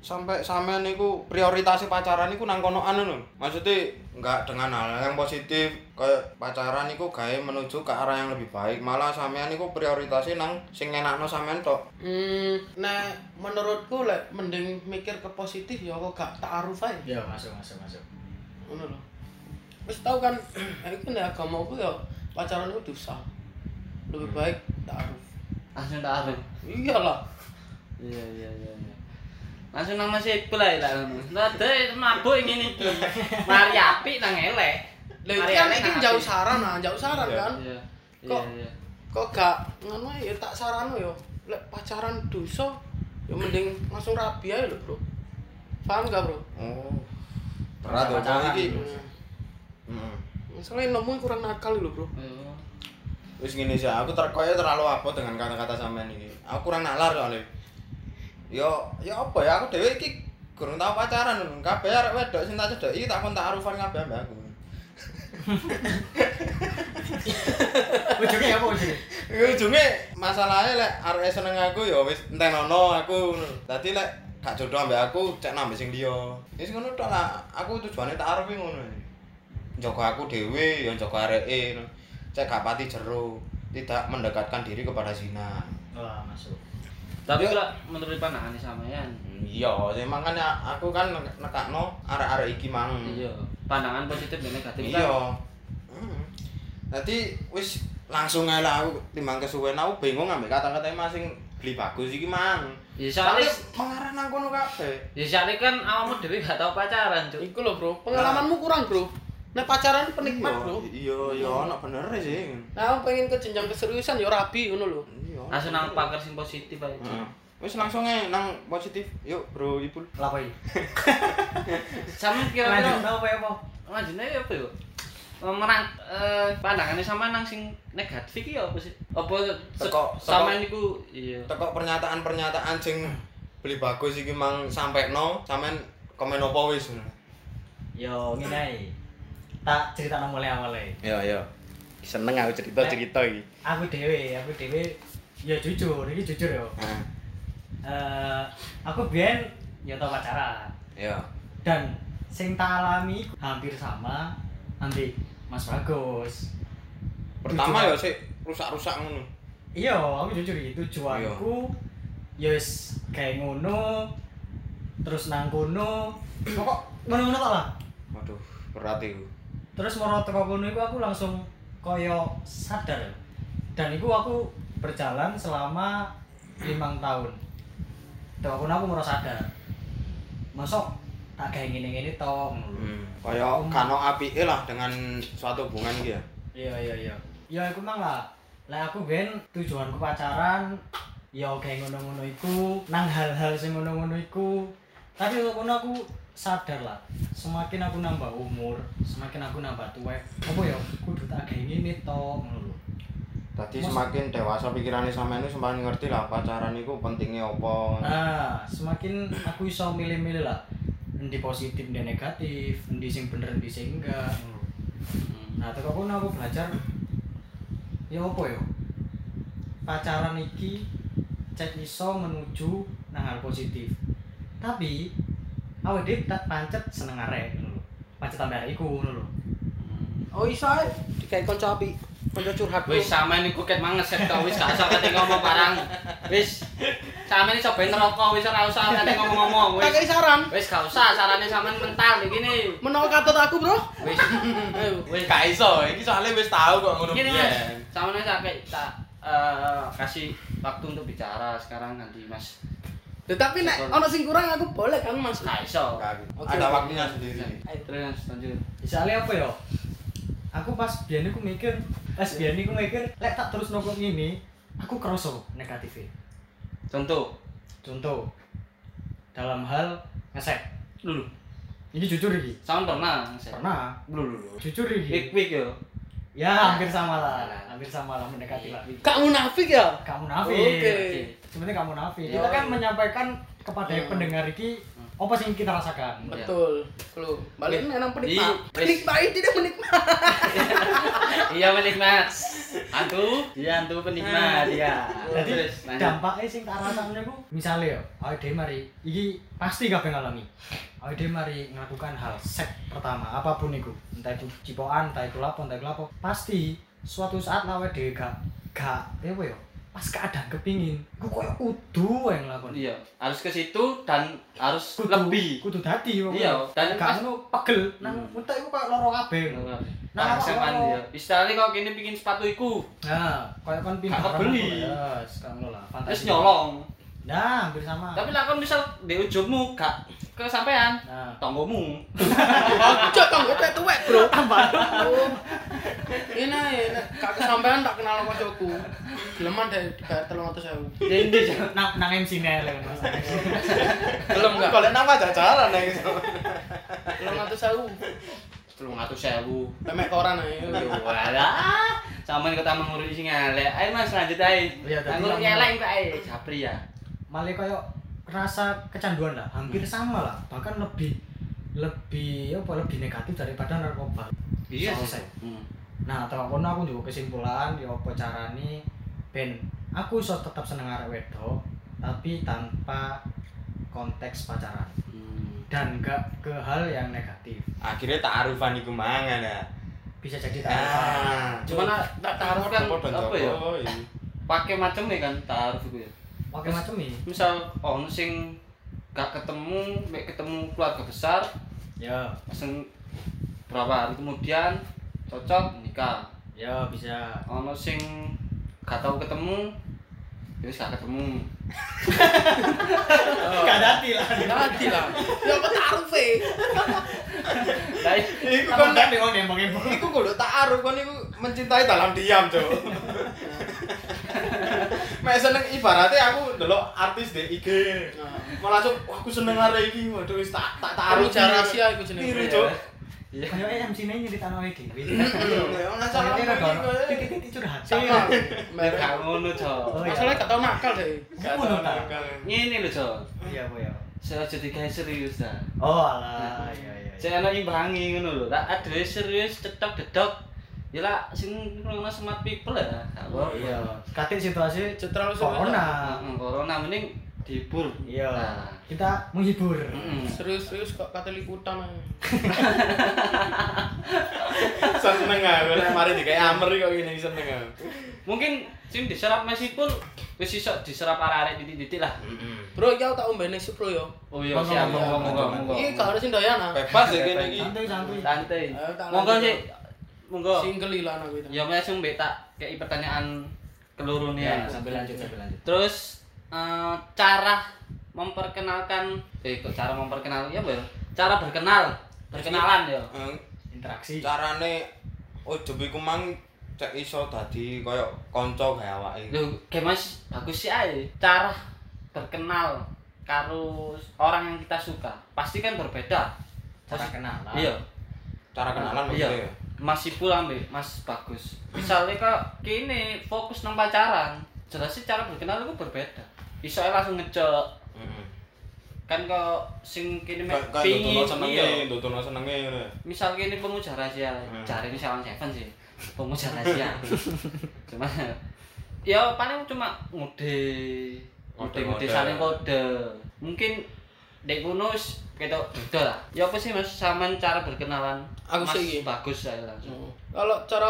Speaker 2: sampai sampean niku prioritas pacaran niku nang kono anu lho. Maksudnya nggak dengan hal yang positif kayak pacaran niku gawe menuju ke arah yang lebih baik. Malah sampean niku prioritasnya nang sing enakno sampean tok.
Speaker 4: Hmm, nah menurutku lek mending mikir ke positif ya kok gak taaruf ae.
Speaker 5: Ya, masuk, masuk, masuk.
Speaker 4: Ngono lho. Wis tau kan (clears throat) eh, iku nek agama ku ya pacaran ku dosa. Lebih baik taaruf.
Speaker 3: Langsung tak arep.
Speaker 4: Iyalah.
Speaker 3: Iya iya iya iya. Langsung nang Mas Ibu lah ya, lah. Lah deh mabuk ngene iki. Mari apik nang elek.
Speaker 4: Lah itu
Speaker 3: Mari
Speaker 4: kan
Speaker 3: elek
Speaker 4: iki
Speaker 3: nang
Speaker 4: jauh
Speaker 3: apik.
Speaker 4: saran, nah jauh saran
Speaker 2: Iya.
Speaker 4: kan.
Speaker 3: Iya. Iya
Speaker 4: Kok-
Speaker 3: iya.
Speaker 4: Kok gak ngono ae, ya tak saran yo. Lek pacaran dosa ya mending langsung rabi ae lho, Bro. Paham gak, Bro?
Speaker 2: Oh. Berat ya
Speaker 5: Pacaran.
Speaker 2: Bang, iki.
Speaker 4: Nah,
Speaker 2: Heeh.
Speaker 4: Masalahnya nemuin kurang nakal lho, Bro.
Speaker 3: Oh.
Speaker 2: Wis ngene sih, aku terkoyo terlalu abot dengan kata-kata sampean iki. Aku kurang nalar soalnya. Yo, yo apa ya aku dhewe iki kurang tau pacaran lho. Kabeh arek wedok sing tak cedhaki tak kon tak arufan kabeh mbak aku.
Speaker 5: Ujungnya apa ujungnya?
Speaker 2: ujungnya masalahnya lek arek seneng aku ya wis entenono aku dadi lek gak jodoh ambek aku cek nambah sing liya wis ngono tok lah aku tujuane tak arep ngono jaga aku dhewe ya jaga areke ngono. cek gak pati jero tidak mendekatkan diri kepada zina
Speaker 5: Wah, masuk.
Speaker 3: Tapi
Speaker 2: Yo.
Speaker 3: lah menurut pandangan sampean.
Speaker 2: Hmm, iya sih, makanya aku kan nek- nekakno arek-arek iki mang
Speaker 3: Iya. Pandangan positif dan negatif kan.
Speaker 2: iya Mm. nanti wis langsung aja lah aku timbang kesuwen aku bingung ambek kata-kata masing beli bagus iki mang
Speaker 3: Ya
Speaker 2: soalnya
Speaker 3: soalnya
Speaker 2: mengarah nang kono kabeh
Speaker 3: ya soalnya kan awakmu dhewe gak tau pacaran, Cuk.
Speaker 4: Iku lho, Bro. Pengalamanmu kurang, Bro. Nek pacaran penikmat,
Speaker 2: Iya,
Speaker 4: Bro.
Speaker 2: iya iya ana bener e, sih
Speaker 4: Nah, aku pengen ke jenjang keseriusan ya rabi ngono lho.
Speaker 2: iya
Speaker 3: Langsung nang pakar sing positif ae. Cuk.
Speaker 2: Heeh. wis langsung aja nang positif yuk bro ipul
Speaker 5: Lapa ini?
Speaker 3: Sama
Speaker 5: Lanjut
Speaker 3: kira-kira
Speaker 5: tau apa ya, apa?
Speaker 3: lanjutnya ya apa yo? Merang eh, pandangannya sama nang sing negatif iki ya apa sih? Apa se-
Speaker 2: Teko-
Speaker 3: sama
Speaker 2: teko-
Speaker 3: niku iya.
Speaker 2: teko pernyataan-pernyataan sing beli bagus iki mang sampe no sampean komen opo wis
Speaker 5: Yo, ngene ae. Tak cerita mulai awal ae.
Speaker 2: iya iya seneng aku cerita-cerita iki
Speaker 5: Aku dhewe, aku dhewe ya jujur, ini jujur yo.
Speaker 2: Heeh.
Speaker 5: Eh, aku biyen ya tau pacaran
Speaker 2: iya
Speaker 5: dan sing tak alami iku hampir sama nanti Mas Bagus.
Speaker 2: pertama
Speaker 5: Jujur.
Speaker 2: ya sih rusak-rusak ngono
Speaker 5: Iya, aku jujur gitu tujuanku ya wis kayak ngono terus nang kono kok ngono-ngono tak lah.
Speaker 2: waduh berat iku
Speaker 5: Terus moro teko kono iku aku langsung koyo sadar dan itu aku berjalan selama limang tahun dan aku aku merasa sadar masuk tak kayak gini gini tong
Speaker 2: Hmm. Kaya kano apike lah dengan suatu hubungan iki ya.
Speaker 5: iya iya iya ya aku mang lah lah aku ben tujuanku pacaran ya kayak ngono-ngono iku nang hal-hal sing ngono-ngono iku tapi kok ngono aku sadar lah semakin aku nambah umur semakin aku nambah tuwek apa ya kudu tak kayak gini tong ngono lho.
Speaker 2: Dadi
Speaker 5: Mas-
Speaker 2: semakin dewasa pikirannya sama ini semakin ngerti lah pacaran itu pentingnya apa.
Speaker 5: Nah, semakin aku iso milih-milih lah endi positif dan negatif, endi sing bener endi sing enggak. Nah, teko kono aku belajar ya apa ya? Pacaran iki cek iso menuju nang hal positif. Tapi awake dhewe tak pancet seneng arek ngono lho. Pancet tambah arek iku ngono lho.
Speaker 4: Oh iso ae dikai kanca api, kanca curhat.
Speaker 3: Wis sama ini kuket manges to wis gak usah kate ngomong barang. Wis sama ini cobain neraka wis ora usah kate ngomong-ngomong wis.
Speaker 4: Tak kei saran.
Speaker 3: Wis gak usah sarane sampean mental iki nih.
Speaker 4: Menawa katut aku, Bro.
Speaker 3: Wis
Speaker 4: Ayo.
Speaker 3: wis
Speaker 2: Gak iso, iki soalnya wis tahu kok ngono Iya.
Speaker 3: Gini
Speaker 2: piye.
Speaker 3: mas, sama nih saya kayak tak eh, kasih waktu untuk bicara sekarang nanti mas
Speaker 4: Loh, tapi nek ana sing kurang aku boleh kan Mas.
Speaker 3: Nah iso
Speaker 2: Gak-
Speaker 4: Oke,
Speaker 2: Ada
Speaker 4: oke.
Speaker 2: waktunya sendiri.
Speaker 4: Ayo.
Speaker 3: Terus Mas, lanjut
Speaker 5: Misalnya apa ya? Aku pas biyen aku mikir, pas biyen aku mikir, lek tak terus nongkrong ini, aku kroso negatifnya.
Speaker 3: Contoh
Speaker 5: Contoh dalam hal ngesek.
Speaker 3: Lulu
Speaker 5: Ini jujur iki.
Speaker 3: Sama pernah mas
Speaker 5: Pernah
Speaker 3: Lulu
Speaker 5: jujur iki.
Speaker 3: Wik wik yo
Speaker 5: Ya hampir sama lah, hampir sama lah mendekati lah.
Speaker 4: Kak munafik ya?
Speaker 5: Kamu nafik.
Speaker 4: Oke.
Speaker 5: Sebenarnya kamu nafik.
Speaker 4: Ya,
Speaker 5: Kita kan
Speaker 4: iya.
Speaker 5: menyampaikan kepada
Speaker 4: Hmm.
Speaker 5: pendengar iki apa sih yang kita rasakan.
Speaker 3: Iya.
Speaker 4: Betul. Klu. Balik
Speaker 3: Wis.
Speaker 4: nang
Speaker 3: Iya,
Speaker 4: penikmat.
Speaker 3: wis.
Speaker 4: Penikmati tidak menikmati.
Speaker 3: Iya penikmat Antu Iya antu penikmat Iya
Speaker 5: Jadi
Speaker 3: Terus lanjut
Speaker 5: dampaknya sing tak rasakne ku misale yo, awake dhewe mari iki pasti kabeh ngalami. Awake dhewe mari ngelakukan hal sek pertama apapun iku, entah itu cipokan, entah itu lapo, entah itu lapo, pasti suatu saat lah awake dhewe gak gak ya apa yo, pas keadaan kepingin, ku koyo kudu yang nglakoni.
Speaker 3: Iya harus ke situ dan harus
Speaker 5: Kudu-
Speaker 3: lebih
Speaker 5: kudu dadi pokoknya.
Speaker 3: Iya, dan pas-
Speaker 5: gak ngono pegel nang
Speaker 3: Hmm.
Speaker 5: utek iku koyo loro kabeh.
Speaker 3: Nah,
Speaker 5: Nah,
Speaker 3: SMA
Speaker 5: kalau-
Speaker 3: dia. Istilahnya kalau kini bikin sepatu iku,
Speaker 5: Nah, koyo kon pindah
Speaker 3: Gak kebeli.
Speaker 5: Ya, sekarang lo lah.
Speaker 3: terus
Speaker 5: fantasi.
Speaker 3: nyolong.
Speaker 5: Nah, hampir sama.
Speaker 3: Tapi lah kan misal di ujungmu gak kesampaian,
Speaker 5: nah,
Speaker 3: tonggomu.
Speaker 4: Cok tonggo teh tuwek, (laughs) Bro.
Speaker 5: tambah
Speaker 4: Oh. Ini ae nek gak kesampaian tak kenal kancaku. Geleman dari dibayar 300.000.
Speaker 3: Jadi
Speaker 5: nang nang MC ne lho Mas.
Speaker 4: Gelem
Speaker 2: Enggak.
Speaker 4: gak?
Speaker 2: Golek nang pacaran nek iso.
Speaker 4: 300.000.
Speaker 3: telung atus sewu.
Speaker 4: Pemek koran eh. ae.
Speaker 5: Iya.
Speaker 3: Yo, Walah, sama kita mengurus sing elek. Ayo Mas lanjut ae.
Speaker 5: Iya, tadi
Speaker 3: Ngurus
Speaker 5: yang-
Speaker 3: elek kok ae. Japri ya.
Speaker 5: Malah koyo rasa kecanduan lah, hampir
Speaker 3: Hmm.
Speaker 5: sama lah, bahkan lebih lebih apa lebih negatif daripada narkoba.
Speaker 3: Iya.
Speaker 5: Selesai. Nah, terus kono aku juga kesimpulan ya apa carane ben aku iso tetap seneng arek wedok tapi tanpa konteks pacaran dan gak ke hal yang negatif.
Speaker 2: Akhirnya taarufan iku mangan ya.
Speaker 5: Bisa jadi tak.
Speaker 2: Ah.
Speaker 3: Cuman ah, tak taruh kan apa ya?
Speaker 2: Oh, iya.
Speaker 3: Pakai macam ya kan taruh iku ya.
Speaker 5: Oke macam ini.
Speaker 3: Misal ono sing gak ketemu, mek ketemu keluarga besar,
Speaker 5: Ya,
Speaker 3: sing berapa hari kemudian cocok nikah.
Speaker 5: ya bisa.
Speaker 3: ono sing gak tau ketemu ya wis gak ketemu
Speaker 5: Oh. Gak dati lah.
Speaker 4: Dadi lah. Ya apa tarufe?
Speaker 3: Lah,
Speaker 2: (laughs) Iku kan
Speaker 5: Kan
Speaker 2: nek-
Speaker 5: dati kok nembong-nembong.
Speaker 2: iku kudu taaruf kan iku mencintai dalam diam,
Speaker 3: (laughs)
Speaker 2: Cuk. Mek seneng ibaratnya aku ndelok artis di IG.
Speaker 3: Ah.
Speaker 2: Malah langsung "Wah, aku seneng arek iki. Waduh wis tak tak taaruf
Speaker 4: Ruja rahasia iku jenenge.
Speaker 2: Tiru, Cuk.
Speaker 3: iya
Speaker 5: Kayaknya MC ne nyeritakno awake (laughs) dhewe.
Speaker 2: Ya, ono salah
Speaker 5: Kayaknya
Speaker 2: aku
Speaker 5: rada-
Speaker 2: iki, koyo-
Speaker 5: titik-titik curhat. Iya,
Speaker 4: Sama.
Speaker 3: gak ngono jo
Speaker 5: Oh, iya.
Speaker 4: Masalahnya gak tau nakal deh.
Speaker 2: Gak
Speaker 5: Ngono
Speaker 2: tau
Speaker 5: ta?
Speaker 2: nakal.
Speaker 3: ngene lho jo
Speaker 5: Iya, Bu ya.
Speaker 3: saya jadi kayak serius dah
Speaker 5: Oh, alah, iya iya. iya.
Speaker 3: saya anak imbangi ngono lho tak ada serius cetok dedok ya lah sing ngono smart people ya gak
Speaker 5: Oh,
Speaker 3: apa
Speaker 5: iya. Katin situasi
Speaker 4: Cuk, terlalu semangat.
Speaker 5: corona.
Speaker 3: corona mending dihibur
Speaker 5: Iya.
Speaker 3: Nah.
Speaker 5: Kita menghibur.
Speaker 3: Mm-mm.
Speaker 4: Serius-serius kok katilikutan ae.
Speaker 2: Seneng aku nek mari dikai amer kok ngene seneng aku.
Speaker 3: mungkin sing diserap Messi pun wis iso diserap arek-arek titik-titik lah
Speaker 4: Bro, iki aku tak ombene sup bro yo.
Speaker 3: oh iya
Speaker 5: Monggo,
Speaker 3: siap
Speaker 5: monggo,
Speaker 3: monggo monggo
Speaker 2: monggo.
Speaker 3: monggo
Speaker 4: Iki gak harus doyan ah.
Speaker 2: Bebas ya kene iki.
Speaker 5: Santuy santuy.
Speaker 3: santai
Speaker 4: Ayo, tak
Speaker 3: monggo
Speaker 4: lanjut.
Speaker 3: sih monggo.
Speaker 4: Single ilan aku itu.
Speaker 3: Ya langsung mbek tak kayak pertanyaan kelurune ya.
Speaker 5: Ya, sambil lanjut, sambil lanjut.
Speaker 3: Terus eh, cara memperkenalkan eh kok cara memperkenalkan ya, Bu. ya? Cara berkenal, perkenalan ya.
Speaker 2: Eh,
Speaker 5: Interaksi.
Speaker 2: carane ojo iku mang cek iso dadi koyo kanca gawe awake.
Speaker 3: Lho, gemas bagus sih ae. Cara berkenal karo orang yang kita suka pasti kan berbeda.
Speaker 5: Cara
Speaker 3: Pasti-
Speaker 5: kenalan.
Speaker 3: Iya.
Speaker 2: Cara kenalan
Speaker 3: iya.
Speaker 2: maksudnya. ya.
Speaker 3: Mas Ipul ambil Mas Bagus. Misalnya kok kini fokus nang pacaran, jelas sih cara berkenal itu berbeda. Iso ae langsung ngecek
Speaker 2: Heeh.
Speaker 3: kan kok sing kini mek
Speaker 2: Kayak kayak
Speaker 3: pingin
Speaker 2: dudono senenge,
Speaker 3: iya.
Speaker 2: dudono senenge ngono. ya.
Speaker 3: Misal kini pemuja rahasia,
Speaker 2: Hmm.
Speaker 3: cari ini Salon Seven sih. Pemuja
Speaker 2: (laughs)
Speaker 3: rahasia. cuma ya paling cuma ngode ngode ngode
Speaker 2: Ngode-ngode.
Speaker 3: saling kode. Mungkin dek kunus ketok beda lah. Ya apa sih Mas sampean cara berkenalan?
Speaker 4: Aku
Speaker 3: Mas
Speaker 4: sih iki.
Speaker 3: Bagus saya langsung.
Speaker 4: Hmm. Kalau cara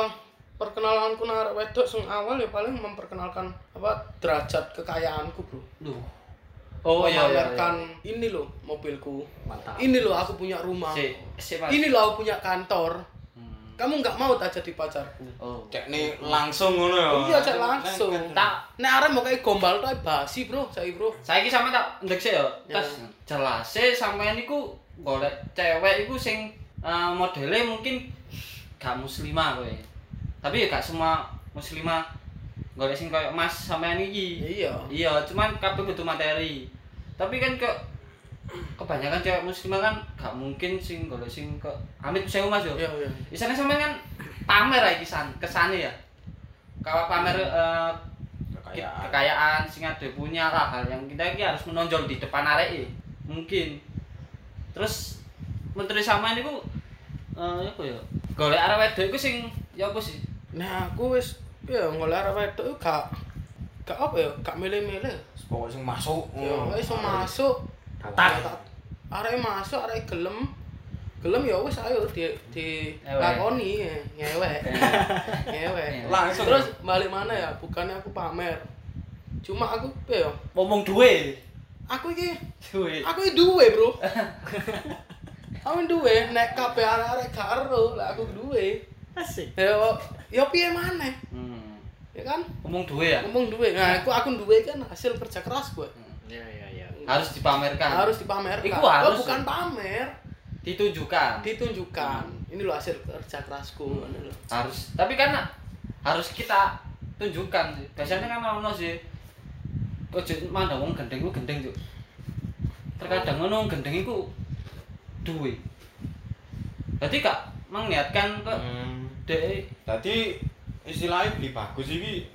Speaker 4: perkenalanku nang arek wedok sing awal ya paling memperkenalkan apa derajat kekayaanku, Bro.
Speaker 3: Duh. Oh iya iya. iya.
Speaker 4: Memamerkan ini loh mobilku.
Speaker 5: Mantap.
Speaker 4: Ini loh aku punya rumah.
Speaker 3: Si, si Mas.
Speaker 4: Ini loh aku punya kantor.
Speaker 3: Hmm.
Speaker 4: Kamu nggak mau tak jadi pacarku?
Speaker 3: Oh.
Speaker 2: Cek ni langsung ngono ya.
Speaker 4: Iya, cek langsung.
Speaker 3: Tak
Speaker 4: Nek arek mau kayak gombal tuh basi, Bro. Saya, Bro.
Speaker 3: saiki sampe tak ndek sik ya.
Speaker 4: Ya.
Speaker 3: Tes jelase sampean iku golek cewek iku sing eh, modele mungkin gak muslimah kowe. Tapi ya gak semua muslimah golek sing koyo Mas sampean iki.
Speaker 4: Iya.
Speaker 3: Iya, cuman kabeh butuh materi. Tapi kan kok kebanyakan cewek muslimah kan gak mungkin sing golek sing kok amit sewu Mas yo.
Speaker 4: Iya, iya.
Speaker 3: Isane sampean kan pamer ae kesan kesane ya. Kalau pamer eh, ki-
Speaker 2: Kekayaan.
Speaker 3: kekayaan sing ade punya lah hal yang kita iki harus menonjol di depan arek iki. Mungkin. Terus menteri sampean niku eh apa ya? Golek arek wedok iku sing ya apa sih?
Speaker 4: Nah, aku wis ya ngoleh arek wedok tuh gak gak apa ya, gak milih-milih.
Speaker 2: Pokok sing masuk.
Speaker 4: Ya,
Speaker 2: ngono.
Speaker 4: iso masuk.
Speaker 5: Datang.
Speaker 4: Arek masuk, arek gelem. Gelem ya wis ayo di di
Speaker 3: Ngewek.
Speaker 4: lakoni ngewek. ngewek.
Speaker 2: Langsung.
Speaker 4: Terus balik mana ya? Bukannya aku pamer. Cuma aku apa ya?
Speaker 3: Ngomong duwe.
Speaker 4: Aku iki
Speaker 3: Duwe.
Speaker 4: aku iki duwe, Bro. aku duwe nek kabeh arek-arek gak ero, lah aku duwe.
Speaker 5: Asik.
Speaker 4: Ya ya piye maneh?
Speaker 3: Hmm.
Speaker 4: Ya kan?
Speaker 3: Ngomong duwe ya.
Speaker 4: Ngomong duwe. Nah, aku aku duwe kan hasil kerja keras gue.
Speaker 5: Iya, iya, iya.
Speaker 3: Harus dipamerkan.
Speaker 4: Harus dipamerkan.
Speaker 3: Nah, Iku
Speaker 4: Oh,
Speaker 3: harus.
Speaker 4: bukan pamer.
Speaker 3: ditunjukkan.
Speaker 4: ditunjukkan
Speaker 3: Hmm.
Speaker 4: ini loh hasil kerja kerasku ini loh.
Speaker 3: harus tapi karena harus kita tunjukkan sih. biasanya kan ono sih kok mandang wong gendeng ku gendeng tuh terkadang ono wong gendeng iku duwe berarti kak menglihatkan ke
Speaker 2: Hmm.
Speaker 3: dek
Speaker 2: Dadi istilahnya beli bagus iki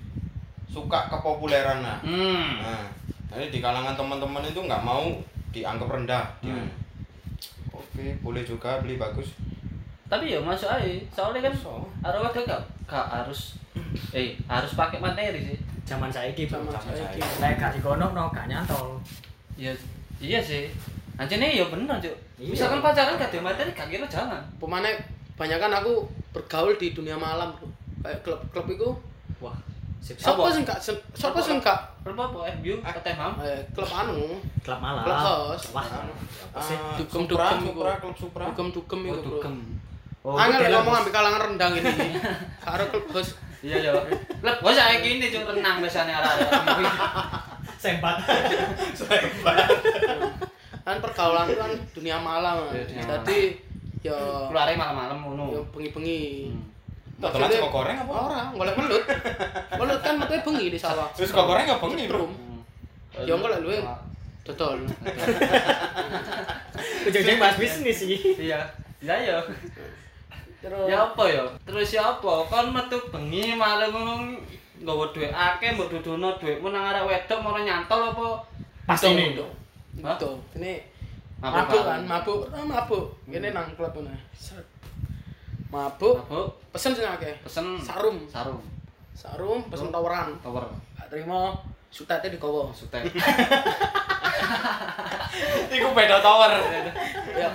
Speaker 2: suka kepopuleran nah.
Speaker 3: hmm
Speaker 2: Nah, jadi di kalangan teman-teman itu nggak mau dianggap rendah. dia.
Speaker 3: Hmm.
Speaker 2: Oke, boleh juga beli bagus.
Speaker 3: tapi ya masuk aja soalnya kan
Speaker 2: Iso.
Speaker 3: arwah tuh gak, gak harus (clears throat) eh harus pakai materi sih
Speaker 5: Zaman saiki, Bro.
Speaker 4: Zaman saiki.
Speaker 5: Nek gak dikonokno gak nyantol.
Speaker 3: iya iya sih anjene ya bener cuk
Speaker 5: Iya.
Speaker 3: misalkan pacaran gak ada materi gak kira jangan
Speaker 4: pemane kebanyakan aku bergaul di dunia malam tuh kayak klub-klub itu
Speaker 5: Wah, sip.
Speaker 4: siapa
Speaker 3: Apa?
Speaker 4: sih enggak siapa sih enggak
Speaker 3: berapa po FBU katanya mam
Speaker 4: eh, klub anu
Speaker 5: Klub malam.
Speaker 4: Klub house.
Speaker 5: Wah. apa sih?
Speaker 2: Ah,
Speaker 4: Dugem,
Speaker 2: Supra, Supra,
Speaker 4: dugem, Bu.
Speaker 2: klub Supra.
Speaker 4: dugem-dugem
Speaker 3: oh
Speaker 4: itu bro
Speaker 3: dugem
Speaker 5: Oh, dalam.
Speaker 4: angel lah ngomong ambil kalangan rendang ini
Speaker 3: (laughs)
Speaker 4: karo klub bos
Speaker 3: iya iya lep gue saya gini cuma renang biasanya arah
Speaker 4: (laughs)
Speaker 5: sempat.
Speaker 4: kan pergaulan itu kan dunia malam
Speaker 3: Iya, dunia
Speaker 4: jadi ya
Speaker 3: keluarnya malam-malam ngono
Speaker 4: ya bengi-bengi
Speaker 3: Hmm.
Speaker 4: Nah,
Speaker 2: Totolan
Speaker 4: Maksudnya-
Speaker 2: sego goreng apa?
Speaker 4: Ora, golek belut. Belut kan metu bengi di sawah.
Speaker 2: Terus kok goreng nggak bengi, Bro?
Speaker 4: Bro. Ya enggak lah, lu ya. Dodol.
Speaker 5: Ujung-ujung bahas bisnis sih.
Speaker 3: (laughs) iya iya iya
Speaker 4: Terus
Speaker 3: ya apa ya terus ya apa kon metu bengi malah ngono nggawa duit akeh mbok dudono duitmu nang arek wedok mau nyantol apa
Speaker 5: Pasti ini.
Speaker 4: Itu.
Speaker 3: Hah?
Speaker 4: Itu. Ini
Speaker 3: Mabuk
Speaker 4: mabuk
Speaker 3: bareng.
Speaker 4: kan, mabuk. Ah, mabuk. Ini nang klub ini. Set. Mabuk,
Speaker 3: aku
Speaker 4: pesen sing akeh.
Speaker 3: pesen
Speaker 4: Sarum.
Speaker 3: sarum
Speaker 4: Sarum pesen tawaran.
Speaker 3: tower
Speaker 4: Gak terima sutate digowo. (laughs)
Speaker 3: maksudnya
Speaker 2: Iku beda tower.
Speaker 4: Ya.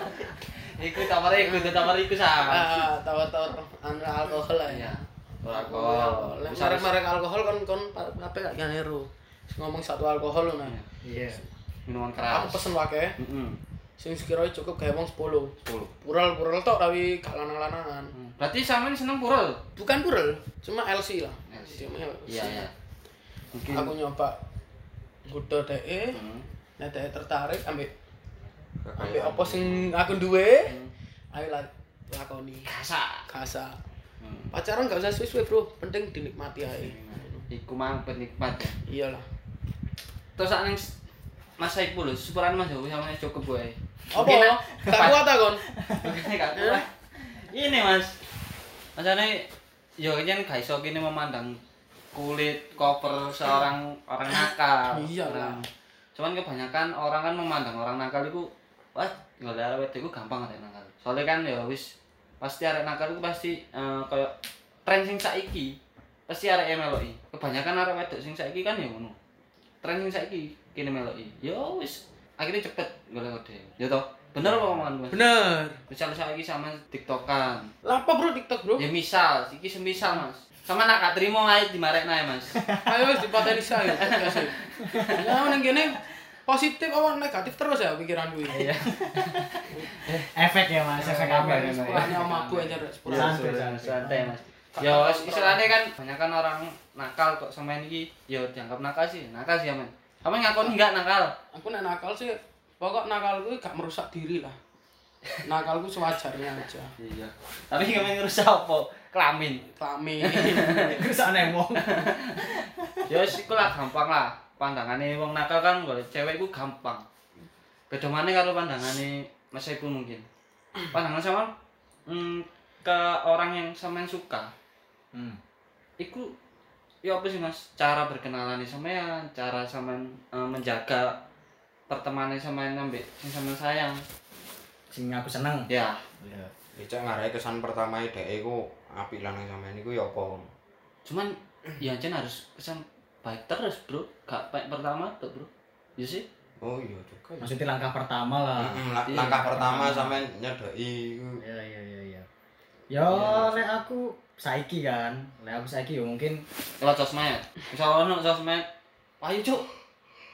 Speaker 3: iku tower iku tower iku sama
Speaker 4: Ah, tawar-tawar anu alkohol lah ya.
Speaker 3: iya alkohol
Speaker 4: Lah
Speaker 3: Bisa-
Speaker 4: merek-merek alkohol kan kon apa gak ngene ro. Ngomong satu alkohol lo nah.
Speaker 5: Iya.
Speaker 3: minuman
Speaker 4: Aku
Speaker 3: keras
Speaker 4: pesen wae.
Speaker 3: Mm-mm.
Speaker 4: sing sekiranya cukup kayak wong 10
Speaker 2: 10.
Speaker 4: pural-pural tok tapi gak lanang-lanangan
Speaker 3: Hmm. Berarti sampean seneng purul.
Speaker 4: bukan pural cuma LC lah
Speaker 3: LC.
Speaker 4: Cuma LC.
Speaker 3: Iya, iya. Mungkin
Speaker 4: aku nyoba gudo deh
Speaker 3: Hmm.
Speaker 4: nek dhek tertarik ambek ambek
Speaker 2: Kayak
Speaker 4: apa sing aku duwe
Speaker 3: Hmm.
Speaker 4: ayo lah lakoni
Speaker 3: Kasa.
Speaker 4: kasa
Speaker 3: Hmm.
Speaker 4: pacaran gak usah suwe-suwe bro penting
Speaker 3: Iya,
Speaker 4: dinikmati ae
Speaker 3: Iku mang penikmat. ya.
Speaker 4: iyalah
Speaker 3: Terus sak nang s- Mas Saipul, sepurane Mas Jawa sama Mas cukup gue.
Speaker 4: apa
Speaker 3: nah.
Speaker 4: gak kuat ta kon
Speaker 3: Makanya gak kuat. Ini Mas. Masane yo yen gak iso kene memandang kulit koper seorang orang nakal.
Speaker 4: Iya lah.
Speaker 3: Nah, Cuman kebanyakan orang kan memandang orang nakal itu wah golek arek wedok iku gampang arek nakal. Soalnya kan ya wis pasti arek nakal itu pasti eh, kayak tren sing saiki pasti arek yang meloki. Kebanyakan arek wedok sing saiki kan ya ngono. Tren sing saiki kene meloki. Ya wis akhirnya cepet golek kode. Ya toh. Bener apa omongan Mas?
Speaker 4: bener
Speaker 3: misal saiki sama tiktokan
Speaker 4: Lapa bro TikTok bro?
Speaker 3: ya misal iki semisal mas sama nak gak trimo ae dimarekna ae mas
Speaker 4: Ayo wis
Speaker 3: (laughs)
Speaker 4: dipateni saya. Ya nang kene positif apa negatif terus ya pikiranku ini.
Speaker 3: iya
Speaker 5: efek ya mas efek apa ya
Speaker 4: Sepurane om aku aja
Speaker 5: (laughs)
Speaker 4: sepurane.
Speaker 5: Santai, santai.
Speaker 3: santai mas ya wis, istilahnya kan banyak kan orang nakal kok sama ini ya dianggap nakal sih nakal sih aman kamu ngakon enggak nakal
Speaker 4: Aku nek nakal sih pokok nakalku gak merusak diri lah. Nakalku sewajarnya aja.
Speaker 3: iya tapi kamu ngerusak apa kelamin
Speaker 4: Kami.
Speaker 5: kerusakan wong
Speaker 3: ya wis iku lah gampang lah pandangannya wong nakal kan golek cewek iku gampang bedamane karo pandangannya Mas Saipul mungkin pandangan sama mm, ke orang yang sampean suka iku ya apa sih Mas cara berkenalan sampean cara sampean eh, menjaga pertemanan sampean ambek sing sampean sayang
Speaker 5: sing aku seneng
Speaker 3: ya
Speaker 2: Dicek ngarai kesan pertama dhek iku apik lanang sama niku ya apa?
Speaker 3: cuman ya Jen harus kesan baik terus bro gak baik pertama tuh bro ya sih
Speaker 2: Oh iya juga. ya.
Speaker 5: maksudnya langkah pertama lah
Speaker 2: Mm-mm, la-
Speaker 3: Iya,
Speaker 2: Langkah Ah, pertama
Speaker 5: pertama.
Speaker 2: sampean nyedeki iku.
Speaker 5: ya ya ya ya ya nek aku saiki kan nek aku saiki ya mungkin
Speaker 3: lewat sosmed misal ono sosmed payu cuk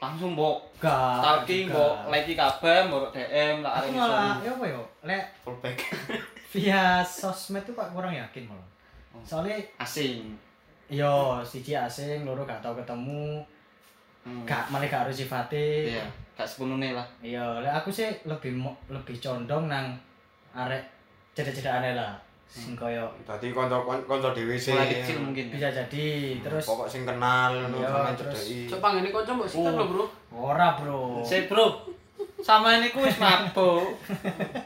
Speaker 3: langsung mbok
Speaker 5: gak
Speaker 3: stalking
Speaker 5: juga.
Speaker 3: mbok like kabeh mbok DM lah
Speaker 5: aku
Speaker 3: arek iso
Speaker 5: malah ya apa ya lek
Speaker 2: Fullback.
Speaker 5: via sosmed tuh kok kurang yakin malah soalnya
Speaker 3: asing
Speaker 5: yo siji asing loro gak tau ketemu
Speaker 3: hmm.
Speaker 5: gak malah gak harus sifatnya
Speaker 3: iya gak sepenuhnya lah
Speaker 5: Iya, lek aku sih lebih mo- lebih condong nang arek cedek-cedekane lah.
Speaker 3: Hmm.
Speaker 5: Sing koyo
Speaker 2: (laughs) Dadi kanca-kanca dhewe
Speaker 5: Iya,
Speaker 2: sih.
Speaker 3: mulai kecil mungkin ya.
Speaker 5: bisa jadi terus
Speaker 2: pokok sing kenal ngono
Speaker 5: Iya,
Speaker 2: sampean
Speaker 5: terus-
Speaker 2: cedeki.
Speaker 4: Coba ngene kanca mbok sitem lho bro.
Speaker 5: ora, Bro. Iya,
Speaker 3: Sik, bro sama ini ku wis mabuk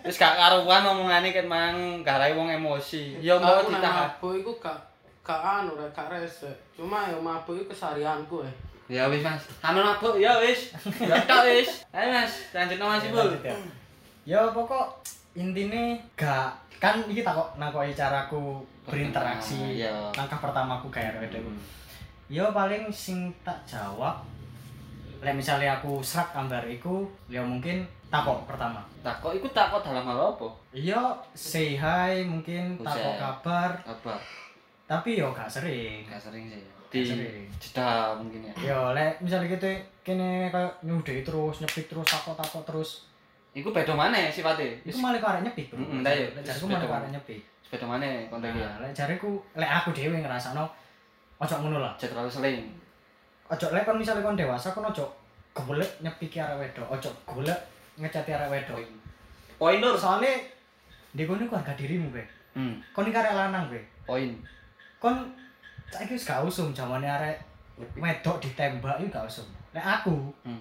Speaker 3: wis gak karuan omongane ket mang garai wong emosi ya mau
Speaker 4: Aku nek
Speaker 3: ditahan
Speaker 4: mabuk iku gak gak anu rek gak rese. Cuma ya mabuk iku keseharianku eh.
Speaker 3: ya wis mas sampe mabuk ya wis ya tok wis ayo mas lanjutno mas
Speaker 5: Ya,
Speaker 3: ibu
Speaker 5: lanjut ya. Ya pokok intine gak kan iki takok nang koyo caraku berinteraksi.
Speaker 3: Iya.
Speaker 5: Langkah pertamaku kayak arek wedok. Ya paling sing tak jawab lek misalnya aku serak ambar iku, ya mungkin takok pertama.
Speaker 3: takok iku takok dalam hal apa
Speaker 5: Iya, say hi mungkin takok
Speaker 3: Ucap.
Speaker 5: kabar,
Speaker 3: apa
Speaker 5: tapi yo gak sering.
Speaker 3: gak sering sih di
Speaker 5: Gak sering.
Speaker 3: jeda mungkin ya
Speaker 5: Ya, lek misalnya gitu, kene kayak nyudai terus, nyepik terus, takok-takok terus.
Speaker 3: Iku beda mana sifatnya?
Speaker 5: Itu malah karek nyepik, bro.
Speaker 3: Mm-mm, dah ya.
Speaker 5: Lek jariku malah
Speaker 3: Sepeda.
Speaker 5: karek nyepik.
Speaker 3: Wis beda mana kontaknya?
Speaker 5: Nah, lek jariku, lek aku dhewe ngrasakno ojo ngono lah.
Speaker 3: Aja terlalu sering.
Speaker 5: Ojo lek kon misalnya kon dewasa kon ojo golek nyepiki arek wedok, ojo golek ngecati arek wedok.
Speaker 3: Poin lur.
Speaker 5: Soale ndek kono ku harga dirimu, Bek.
Speaker 3: Hmm,
Speaker 5: Kon iki arek lanang, Bek.
Speaker 3: poin.
Speaker 5: Kon saiki wis gak usum jamane arek wedok ditembak iku gak usum. Lek aku,
Speaker 3: Hmm.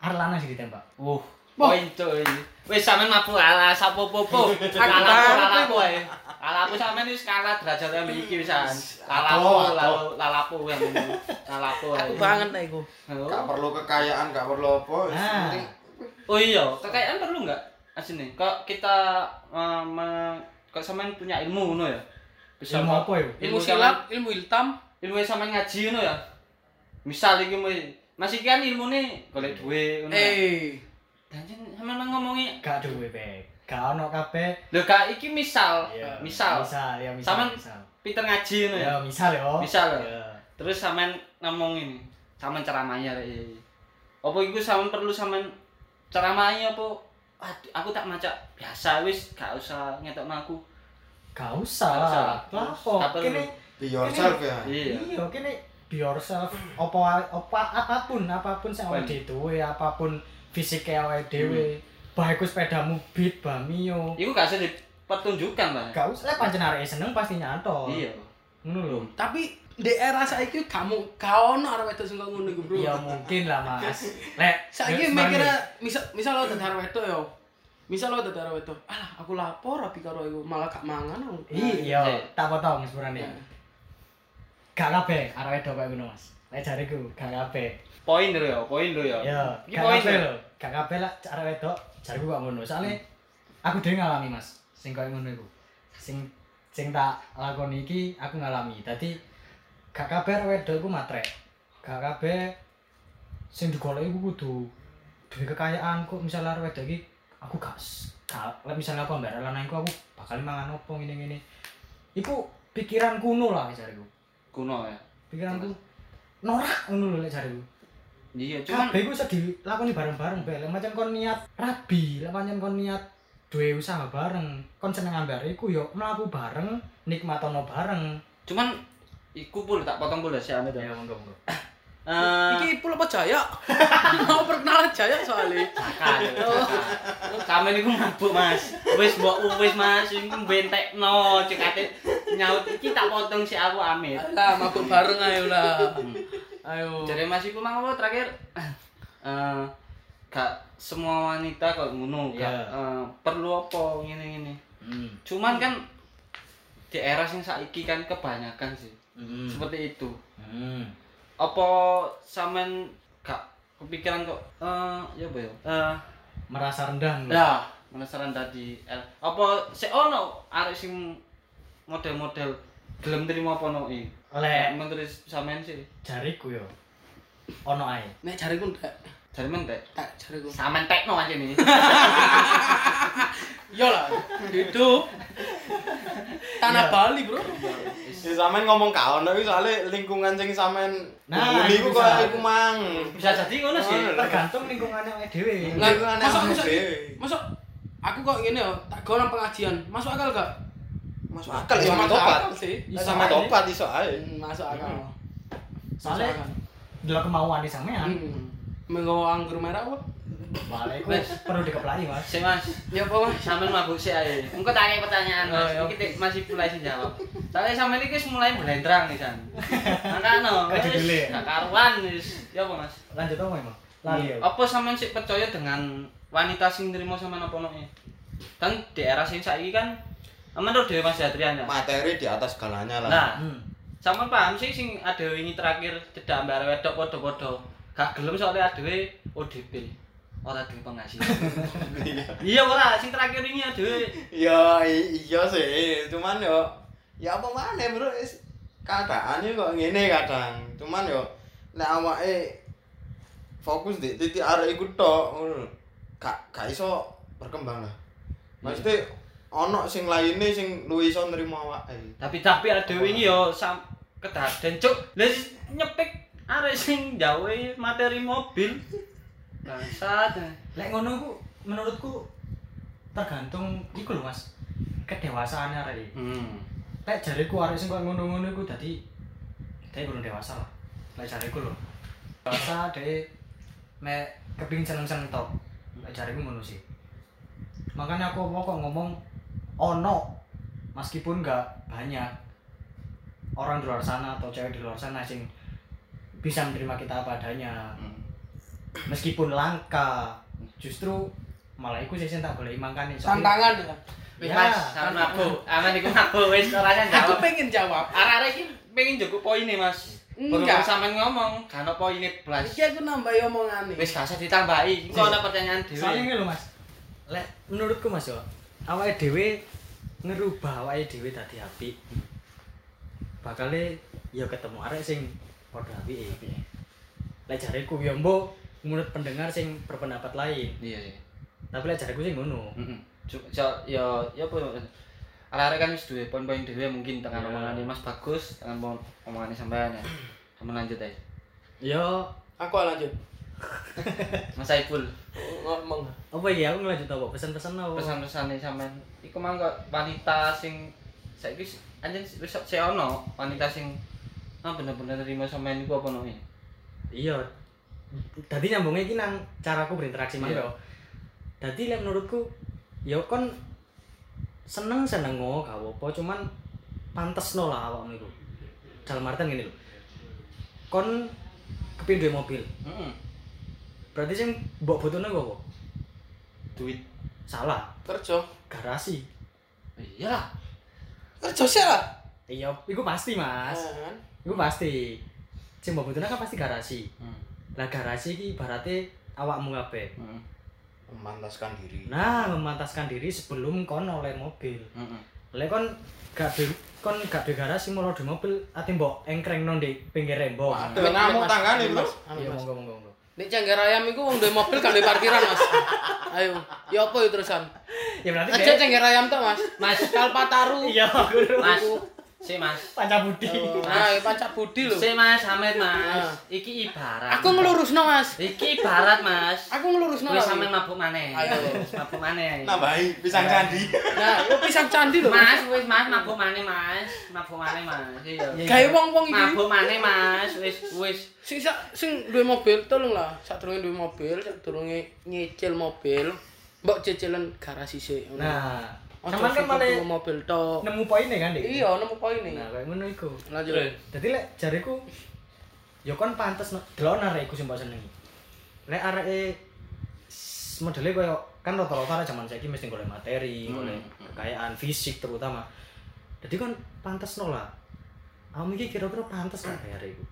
Speaker 5: arek lanang sing ditembak.
Speaker 3: Wuh, poin coy. Uh, Wis sampean mabuk ala sapopo-popo. Kalah aku, kalah aku ae. Kalah aku sampean wis kalah derajat yang iki wisan. Lalapo, lalapo, lalapo yang ini. lalapo ae.
Speaker 4: ta iku.
Speaker 2: Gak
Speaker 3: Oh.
Speaker 2: perlu kekayaan, gak perlu apa. wis
Speaker 5: Ah.
Speaker 2: penting
Speaker 3: Oh iya, kekayaan perlu enggak? Asine, kok kita eh, me- kok sampean punya ilmu ngono ya? Bisa kok-
Speaker 5: Ilmu apa ya?
Speaker 4: Ilmu
Speaker 3: sampean-
Speaker 4: silat, ilmu iltam,
Speaker 3: ilmu sama ngaji ngono ya. Misal iki mulai masih kan ilmune golek duwe ngono. Eh,
Speaker 4: eh
Speaker 3: danjen sampean ngomongi
Speaker 5: Gak duwe, Bek. Gak ono kabeh.
Speaker 3: lho gak iki misal, Eh, misal,
Speaker 5: Iya, Misal, ya misal.
Speaker 3: Sampean-
Speaker 5: misal.
Speaker 3: pinter ngaji ngono ya.
Speaker 5: Ya, misal yo.
Speaker 3: Misal ya.
Speaker 5: Ya.
Speaker 3: Terus sampean ngomongin sampean ceramahi arek. iki. Apa iku sampean perlu sampean ceramahi apa aduh, aku tak maca biasa wis gak usah ngetokno aku.
Speaker 5: Gak
Speaker 3: Gak usah.
Speaker 5: usah. Lapo?
Speaker 3: Apa lu?
Speaker 5: Kene
Speaker 2: Be yourself (laughs) ya.
Speaker 3: Iya.
Speaker 5: iya kene be yourself apa apa apapun apapun sing awake dhewe duwe, apapun fisike awake dhewe.
Speaker 3: Hmm.
Speaker 5: Baik ku sepedamu beat bamio.
Speaker 3: Iku gak usah dipertunjukkan, Pak.
Speaker 5: Gak usah lek pancen arek seneng pasti nyanto.
Speaker 3: Iya.
Speaker 5: Ngono lho.
Speaker 4: Tapi di era saiki kamu kaono arek wedok sing kok ngono iku, Bro.
Speaker 5: Ya mungkin
Speaker 3: (laughs)
Speaker 5: lah Mas. Lek
Speaker 4: Saiki
Speaker 5: lek
Speaker 4: mikirnya misal misal lo dadi arek wedok yo. Misal lo dadi arek wedok, alah aku lapor rapi karo iku malah gak mangan aku.
Speaker 5: sebenarnya- iya, tak potong sebenarnya. Gak kabeh arek wedok koyo ngono Mas. Lek jariku gak kabeh.
Speaker 3: Poin lho ya, poin lho ya.
Speaker 5: Ya,
Speaker 3: Iki
Speaker 5: gak
Speaker 3: poin
Speaker 5: kabeh lho. Gak kabeh lah cara wedok jariku kok ngono. Soale aku dhewe ngalami, Mas. Sing koyo ngono iku. Sing sing tak lakoni iki aku ngalami. Dadi gak kabeh arek wedok iku matrek. Gak kabeh sing digoleki iku kudu duwe kekayaan kok misalnya arek wedok iki aku gak s- gak lek misalnya aku ambek arek lanangku aku bakal mangan opo ngene-ngene. Iku pikiran kuno lah jariku.
Speaker 3: Kuno ya.
Speaker 5: Pikiranku norak ngono lho lek jariku.
Speaker 3: Iya, cuman
Speaker 5: kabeh iku iso dilakoni bareng-bareng bae. Lek macam kon niat rabi, lek pancen kon niat duwe usaha bareng, kon seneng ambar iku yo mlaku bareng, nikmatono bareng.
Speaker 3: cuman iku pul tak potong pul sih ame to.
Speaker 5: monggo monggo.
Speaker 3: Eh,
Speaker 4: Iki pulau apa (laughs) Jaya? Mau perkenalan Jaya soalnya.
Speaker 3: Cakak, cakak. Kamen iku mabuk, Mas. Wis mbok wis Mas, iku bentekno cekate nyaut iki tak potong sik aku amit.
Speaker 4: Lah mabuk bareng ayo lah. Ayo.
Speaker 3: Jare Mas iku mang apa terakhir? Eh gak semua wanita kok ngono, gak
Speaker 5: Iya.
Speaker 3: eh, perlu apa ngene-ngene.
Speaker 5: Hmm.
Speaker 3: Cuman kan di era sing saiki kan kebanyakan sih. Seperti itu.
Speaker 5: Hmm.
Speaker 3: Apa sampean gak kepikiran kok eh ya apa ya? Eh
Speaker 5: Merasa rendah. ngono.
Speaker 3: Lah, penasaran tadi. eh, Apa sik ono arek sing model-model gelem terima apa no i?
Speaker 5: Lek
Speaker 3: menurut sampean sih.
Speaker 5: jariku yo ono ae.
Speaker 4: Nek jariku ndak.
Speaker 3: Dari mentek.
Speaker 4: Tak jariku.
Speaker 3: Sampean tekno aja (laughs) nih.
Speaker 4: Yo lah. Hidup. Tanah Bali, Bro.
Speaker 2: Ya sampean ngomong kaon tapi soalnya lingkungan sing sampean
Speaker 5: Nah,
Speaker 2: nguli iku
Speaker 5: itu
Speaker 2: kok
Speaker 5: bisa.
Speaker 2: iku mang.
Speaker 3: Bisa jadi ngono sih.
Speaker 2: Ngono.
Speaker 5: Tergantung lingkungannya awake dhewe.
Speaker 4: Lah,
Speaker 2: Iku aneh
Speaker 4: masa-
Speaker 2: aneh
Speaker 4: masa-
Speaker 2: dhewe.
Speaker 4: Masuk aku kok ngene yo, tak gawe nang pengajian. Masuk akal gak?
Speaker 2: Masuk akal ya
Speaker 4: Masuk
Speaker 2: sama topat.
Speaker 4: akal sih.
Speaker 5: Iso
Speaker 2: Sama
Speaker 5: ae.
Speaker 2: topat iso ae.
Speaker 4: Hmm, Masuk akal.
Speaker 5: Soale delok kemauan sampean.
Speaker 4: Menggawa anggur merah apa?
Speaker 5: Wale iku perlu dikeplaki, Mas.
Speaker 3: Sik Mas. ya,
Speaker 4: Ya apa, Mas?
Speaker 3: Sampean mabuk sik ae. Engko tak kei pertanyaan Mas.
Speaker 4: Oh, iya.
Speaker 3: Iki te- masih mulai sing jawab. Soale sampean iki wis mulai blendrang (laughs) pisan. Makano,
Speaker 5: Kayak judulnya ya?
Speaker 3: wis gak karuan wis. Ya apa Mas?
Speaker 5: Lanjut apa emang? Lali. yo.
Speaker 3: Apa sampean sih percaya dengan wanita sing nerima sampean apa noe? Kan di era sing saiki kan menurut dhewe Mas Hadrian ya.
Speaker 2: Materi di atas segalanya lah.
Speaker 3: Nah,
Speaker 5: Hmm.
Speaker 3: sampean paham sih sing adewe wingi terakhir cedak mbak arek wedok padha-padha gak gelem soalnya adewe ODP. Ora duwe penghasilan. iya ora, sing terakhir wingi adewe
Speaker 2: Ya i- iya sih, cuman yo ya apa maneh bro is keadaannya kok ngene kadang. Cuman yo nek awake fokus di titik arek iku tok ngono. lho. Gak gak iso berkembang lah. Maksudnya ono sing lainnya sing luwih iso nrimo awake.
Speaker 3: tapi tapi adewe wingi yo sam kedaden cuk. Lah si- nyepik arek sing gawe materi mobil. Bangsat.
Speaker 5: Lek ngono ku menurutku tergantung iku lho Mas. Kedewasaane arek iki.
Speaker 3: Hmm.
Speaker 5: Lek jariku arek sing koyo ngono-ngono iku dadi dhewe belum dewasa lah. Lek jariku lho. Dewasa dhewe mek kepingin seneng-seneng tok. Lek jariku ngono sih. Makanya aku mau kok ngomong ono meskipun nggak banyak orang di luar sana atau cewek di luar sana sing bisa menerima kita apa adanya
Speaker 3: Hmm.
Speaker 5: meskipun langka justru malah iku sih sing tak boleh mangkane soalnya
Speaker 4: Tantangan ya.
Speaker 3: Wis
Speaker 5: Ya,
Speaker 3: Mas, sampean
Speaker 5: kan-
Speaker 3: mabuk. Aman iku mabuk wis ora usah
Speaker 4: Aku
Speaker 3: jawab.
Speaker 4: pengen jawab.
Speaker 3: Arek-arek iki pengen jogo poine, Mas.
Speaker 4: Enggak.
Speaker 3: Enggak sampean ngomong, kan apa ini blas.
Speaker 4: Iki aku nambahi omongane.
Speaker 3: Wis gak usah ditambahi. Iku ana pertanyaan
Speaker 5: soalnya
Speaker 3: dhewe.
Speaker 5: ini lho mas lek menurutku mas yo awake dhewe ngerubah awake dhewe dadi apik bakale ya ketemu arek sing padha apike lek jariku yo mbok menurut pendengar sing berpendapat lain
Speaker 3: Iya sih.
Speaker 5: tapi lek jariku sing ngono
Speaker 3: Heeh. So, ya ya apa arek-arek kan wis duwe poin-poin dhewe mungkin tengah
Speaker 5: Iya.
Speaker 3: omongane Mas bagus, tengah omong- omongane sampean ya. Sampe lanjut ae.
Speaker 5: yo
Speaker 4: Aku lanjut.
Speaker 3: Mas Saiful.
Speaker 4: ngomong
Speaker 5: Apa iki aku ngelanjut apa? Pesan-pesan apa?
Speaker 3: pesan-pesan nih sampean iku mang kok wanita sing saiki s- anjen s- wis se ono wanita sing ah bener-bener terima sampean iku apa no ya?
Speaker 5: Iya. Dadi nyambungnya iki nang caraku berinteraksi mang
Speaker 3: Iya.
Speaker 5: yo. Dadi lek menurutku yo kon seneng seneng kok gak apa-apa cuman pantes no lah awakmu iku. Dalam artian gini lho. Kon kepin duwe mobil.
Speaker 3: (laughs) Heeh.
Speaker 5: Berarti sing mbok butuhne kok apa?
Speaker 2: duit
Speaker 5: Salah,
Speaker 4: kerja
Speaker 5: garasi.
Speaker 3: Iya lah.
Speaker 4: kerja sih lah
Speaker 5: Iya, iku pasti, Mas.
Speaker 4: Eh, kan?
Speaker 5: Iku pasti. Sing mbok butuhne kan pasti garasi.
Speaker 3: Hmm.
Speaker 5: Lah garasi iki ibarate awakmu kabeh.
Speaker 3: Heeh.
Speaker 2: memantaskan diri
Speaker 5: Nah, memantaskan diri sebelum kon oleh mobil.
Speaker 3: Heeh.
Speaker 5: Lek kon gak duwe kon gak duwe garasi mulo duwe mobil ate mbok engkrengno ndek pinggir rembong.
Speaker 2: Waduh, ngamuk tanggane, Bro.
Speaker 5: Iya, monggo monggo monggo.
Speaker 4: Nek Janggar Ayam iku wong duwe mobil kan duwe parkiran, Mas. Ayo, ya apa ya terusan?
Speaker 5: Ya berarti
Speaker 4: Aja
Speaker 5: dek-
Speaker 4: Janggar Ayam tok, Mas. Mas Kalpataru.
Speaker 5: Iya, guru.
Speaker 3: Mas, si Mas.
Speaker 5: Pancabudi.
Speaker 4: Nah, ya pancak budi lho.
Speaker 3: Si Mas Hamid
Speaker 4: Ah.
Speaker 3: Mas. Iki ibarat.
Speaker 4: Aku ngelurusno, Mas.
Speaker 3: Iki ibarat Mas.
Speaker 4: Aku ngelurusno.
Speaker 3: Wis
Speaker 4: lah.
Speaker 3: sampean mabuk maneh.
Speaker 4: Ayo.
Speaker 3: mabuk maneh.
Speaker 2: nambahi pisang candi
Speaker 4: (laughs) Nah, yo pisang candi lho.
Speaker 3: Mas, wis Mas mabuk maneh Mas. Mabuk maneh Mas. Iya.
Speaker 4: Gawe wong-wong iki.
Speaker 3: Mabuk maneh Mas. Wis wis
Speaker 4: Sing sak- sing duwe mobil tolong lah, sadurunge duwe mobil, sadurunge nyicil mobil, mbok cicilan garasi sik.
Speaker 5: Nah,
Speaker 4: Ojo
Speaker 5: cuman kan
Speaker 4: sibuk
Speaker 5: malah
Speaker 4: duwe mobil tok.
Speaker 5: nemu poinnya kan, Dik.
Speaker 4: Iya, nemu poine.
Speaker 5: Nah, kayak ngono iku.
Speaker 4: Lanjut.
Speaker 5: Dadi lek jariku ya kon pantes no- delok arek iku sing mbok senengi. Lek areke s- modele koyo kan rata-rata arek jaman saiki mesti golek materi,
Speaker 3: Hmm.
Speaker 5: golek kekayaan fisik terutama. Jadi kon pantes no lah. Aku iki kira-kira pantes gak kayak arek iku.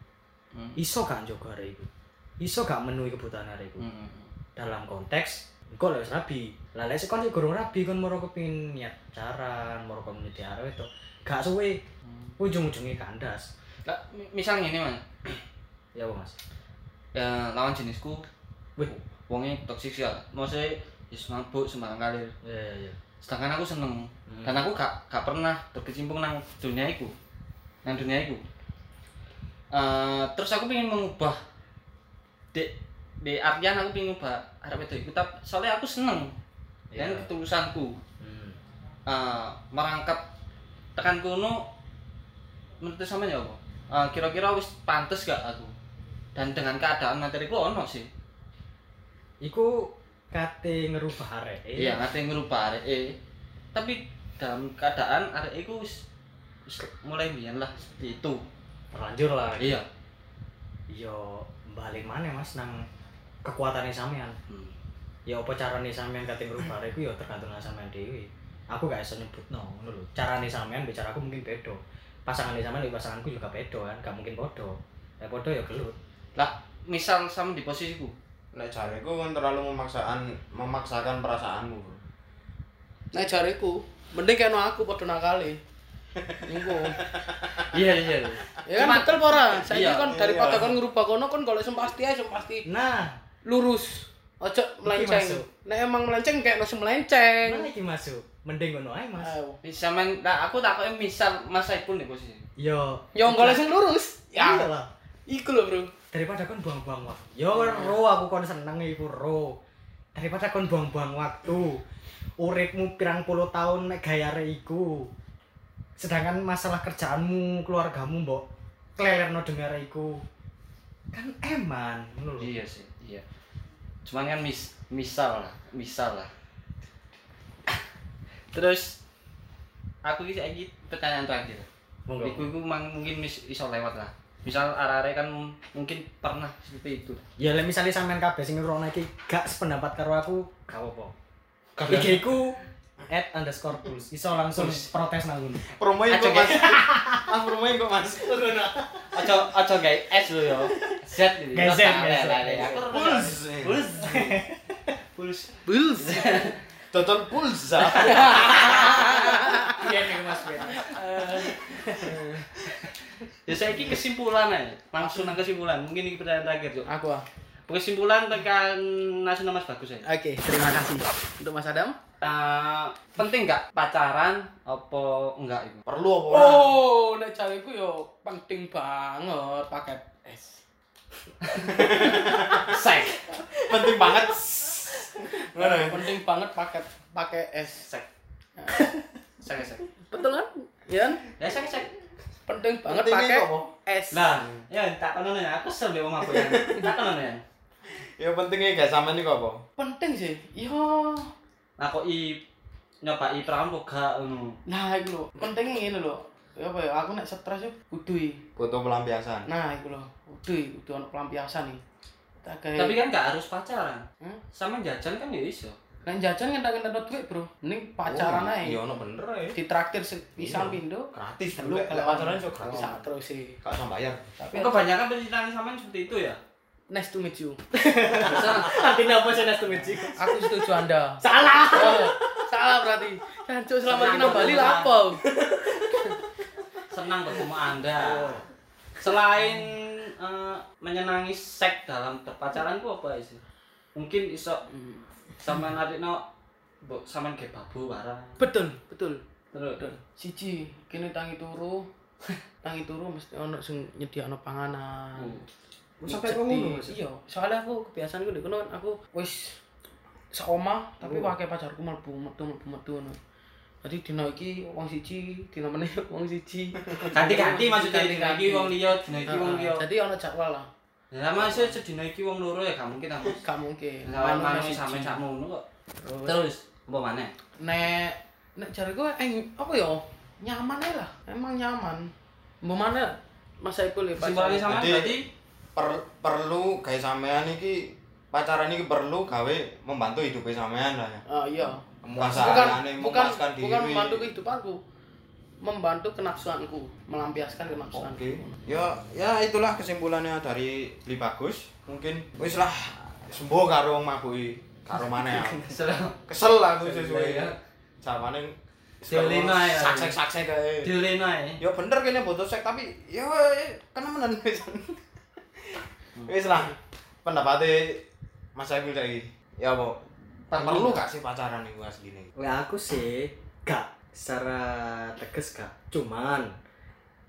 Speaker 3: Hmm.
Speaker 5: Iso gak njogo arek iku. Iso gak menuhi kebutuhan arek iku.
Speaker 3: Heeh.
Speaker 5: Dalam konteks Kok lewis rabi, lah lek sik kon sik gorong rabi kon moro kepin niat pacaran, moro komuniti arek itu gak suwe ujung-ujungnya kandas.
Speaker 3: Lah, mi- misal ngene Mas.
Speaker 5: Ya apa mas?
Speaker 3: Ya lawan jenisku
Speaker 5: Wih,
Speaker 3: wonge toksik ya. Maksudnya wis mabuk sembarang kalir.
Speaker 5: ya ya ya.
Speaker 3: Sedangkan aku seneng
Speaker 5: Hmm.
Speaker 3: dan aku gak gak pernah berkecimpung nang dunia iku. Nang dunia iku. Eh, terus aku pengen mengubah di di artian aku pengen mengubah arep itu iku tapi soalnya aku seneng dan
Speaker 5: Ya.
Speaker 3: ketulusanku
Speaker 5: Hmm.
Speaker 3: Eh, merangkap tekan kuno menurut sama ya apa? Eh, kira-kira wis pantes gak aku dan dengan keadaan materiku ono sih
Speaker 5: Iku kate ngerubah arek.
Speaker 3: iya ngerti ngerubah arek e. tapi dalam keadaan arek iku wis wis mulai biyen lah seperti itu
Speaker 5: Terlanjur lah.
Speaker 3: iya
Speaker 5: Yo balik mana mas nang kekuatannya sampean.
Speaker 3: Hmm.
Speaker 5: Ya apa carane sampean kate ngerubah arek iku ya tergantung nang sampean dhewe. Aku gak iso nyebutno ngono lho. Carane sampean bicara aku mungkin beda. Pasangane sampean lho pasanganku juga beda kan, gak mungkin podo. Lek podo ya gelut.
Speaker 3: lah misal sama di posisiku
Speaker 2: nek jareku kan terlalu memaksakan memaksakan perasaanmu Bro.
Speaker 4: Nek jareku, mending keno aku padha nakale. Iku.
Speaker 3: iya iya
Speaker 4: Ya kan betul apa ora? Saiki
Speaker 3: Iya,
Speaker 4: kan daripada
Speaker 2: iya.
Speaker 4: kon ngerubah kono kon golek sing pasti ae sing pasti
Speaker 5: Nah,
Speaker 4: lurus. Ojo melenceng.
Speaker 5: masuk.
Speaker 4: Nek emang melenceng kayak masih melenceng.
Speaker 5: mana iki masuk? Mending ngono ae mas.
Speaker 4: Ayo.
Speaker 3: bisa main lah nah, aku takutnya misal mas Saiful nih posisi
Speaker 5: Yo.
Speaker 4: Yo Ya, golek sing lurus.
Speaker 5: Iya
Speaker 4: Ya.
Speaker 5: lah.
Speaker 4: Iku lho, Bro.
Speaker 5: daripada kon buang-buang waktu ya ro aku kon seneng iku ro daripada kon buang-buang waktu uripmu pirang puluh tahun nek gayare iku sedangkan masalah kerjaanmu keluargamu mbok klelerno dengare iku kan eman ngono lho
Speaker 3: iya sih iya cuman kan mis misal lah misal lah (laughs) terus aku iki saiki pertanyaan terakhir
Speaker 5: monggo
Speaker 3: iku iku mang- mungkin mis iso lewat lah misal arare kan m- mungkin pernah seperti itu
Speaker 5: ya lek misale sampean kabeh sing ngrungokno iki gak sependapat karo aku gak apa-apa IG ku at underscore tools iso langsung protes nang ngono
Speaker 2: promoin kok
Speaker 3: Ajak,
Speaker 2: mas ah promoin kok (laughs) mas
Speaker 3: aja aja guys S lo yo (laughs) Z gitu. Nah, ini
Speaker 5: Guys, Z,
Speaker 3: Lah, lah,
Speaker 5: guys, Z.
Speaker 3: lah, aku
Speaker 2: puls
Speaker 3: Puls. Puls.
Speaker 4: Bulls.
Speaker 2: total pulsa
Speaker 4: ah.
Speaker 2: (laughs)
Speaker 5: iya nih mas (laughs) Ben.
Speaker 3: Ya saiki kesimpulan ae. Langsung nang kesimpulan. Mungkin iki pertanyaan terakhir, Cuk.
Speaker 4: Aku ah.
Speaker 3: Kesimpulan tekan nasional Mas Bagus ya? ae.
Speaker 4: Oke, terima kasih untuk Mas Adam.
Speaker 3: Eh, penting nggak pacaran apa enggak itu?
Speaker 2: perlu apa ora?
Speaker 4: Oh, nek jareku yo penting banget paket es.
Speaker 3: Sek.
Speaker 2: penting banget Ngono ya?
Speaker 4: penting banget paket pakai es
Speaker 3: Sek. Sek sek.
Speaker 4: betul kan ya kan?
Speaker 3: Ya sek sek.
Speaker 4: penting banget
Speaker 2: Pentingnya
Speaker 4: pakai
Speaker 2: apa?
Speaker 4: es
Speaker 3: Lah, ya tak kono ya. Aku sel mbek aku ya. Tak kono ya.
Speaker 2: Ya pentingnya gak sama nih kok apa?
Speaker 4: penting sih iya
Speaker 3: Nah kok i nyoba i pram kok gak ngono.
Speaker 4: nah itu loh penting ini loh ya apa ya aku nek stres ya kudu i.
Speaker 2: Butuh pelampiasan.
Speaker 4: nah itu loh kudu i, kudu ono pelampiasan nih tak kayak
Speaker 3: Tapi kan gak harus pacaran.
Speaker 4: Hmm?
Speaker 3: Sama jajan kan ya iso.
Speaker 4: Nang jajan ngentak-ngentak dot duit, Bro. Mending pacaran
Speaker 2: Oh,
Speaker 4: ae.
Speaker 2: Iya ono bener ya.
Speaker 4: Ditraktir pisan pindo.
Speaker 2: Gratis lu
Speaker 4: Lu,
Speaker 2: lek
Speaker 4: kalau-
Speaker 2: pacaran juga gratis.
Speaker 4: Sak terus e. sih.
Speaker 2: Gak usah bayar. Tapi
Speaker 3: Kebanyakan penceritaan sama seperti itu ya.
Speaker 4: Nice to meet you.
Speaker 3: Artinya apa sih next to meet you?
Speaker 4: Aku setuju Anda.
Speaker 3: Salah.
Speaker 4: Oh, (laughs) salah berarti. Jancuk
Speaker 3: Senang
Speaker 4: selama ini
Speaker 3: bertemu,
Speaker 4: nang Bali
Speaker 3: Pak.
Speaker 4: lah apa?
Speaker 3: Senang bertemu Anda. Selain eh, menyenangi seks dalam pacaran ku apa sih? Mungkin iso sama narik no mbok sampean ge babu barang.
Speaker 4: Betul, betul.
Speaker 3: Terus
Speaker 4: Siji, kene tangi turu. (laughs) Tangi turu mesti ono sing nyediakno panganan.
Speaker 2: Hmm.
Speaker 5: Sampai kok ngono, Mas?
Speaker 4: Iya, soalnya aku kebiasaan gue dikono kan aku wis
Speaker 5: Oh.
Speaker 4: seoma tapi wakai pacarku mlebu metu mlebu metu ngono. Jadi dina iki wong siji, dina meneh (laughs) wong siji.
Speaker 3: ganti-ganti maksudnya dina
Speaker 4: Ganti-ganti.
Speaker 3: iki wong liya, dina iki wong liya.
Speaker 4: Heeh, Jadi ono jadwal lah.
Speaker 3: Ya masa sedina iki wong loro ya gak mungkin aku.
Speaker 4: Gak mungkin.
Speaker 3: Lawan
Speaker 4: Ono
Speaker 3: maneh
Speaker 4: siji.
Speaker 3: sampe sak ngono kok. Terus apa maneh?
Speaker 4: Nek nek jare gue eng apa ya? Nyaman ae lah. Emang nyaman. Mbok mana Mas Saiful ya
Speaker 3: Simbolane sama
Speaker 4: pacaran.
Speaker 2: Jadi-
Speaker 3: berarti
Speaker 2: per- perlu guys sampean iki pacaran iki perlu gawe membantu hidupnya sampean lah ya.
Speaker 4: Ah iya. bukan
Speaker 2: Pasangan
Speaker 4: bukan
Speaker 2: memuaskan diri.
Speaker 4: bukan membantu kehidupanku membantu kenafsuanku melampiaskan kenafsuanku
Speaker 2: Oke. Ya, ya itulah kesimpulannya dari Li Bagus. Mungkin wis lah sembuh karo wong mabuki, karo maneh. aku.
Speaker 3: kesel.
Speaker 2: Kesel aku sesuai.
Speaker 3: Iya.
Speaker 2: Zamane
Speaker 3: Delina ya.
Speaker 2: Saksek-saksek kae.
Speaker 3: Dilena
Speaker 2: Ya
Speaker 3: ya.
Speaker 2: bener kene butuh sek tapi ya kenemenan (laughs) wis. Wis lah. Pendapatnya Mas Saiful saiki. Ya apa? Perlu gak sih pacaran iku asline?
Speaker 5: Lah aku sih gak secara tegas gak. Cuman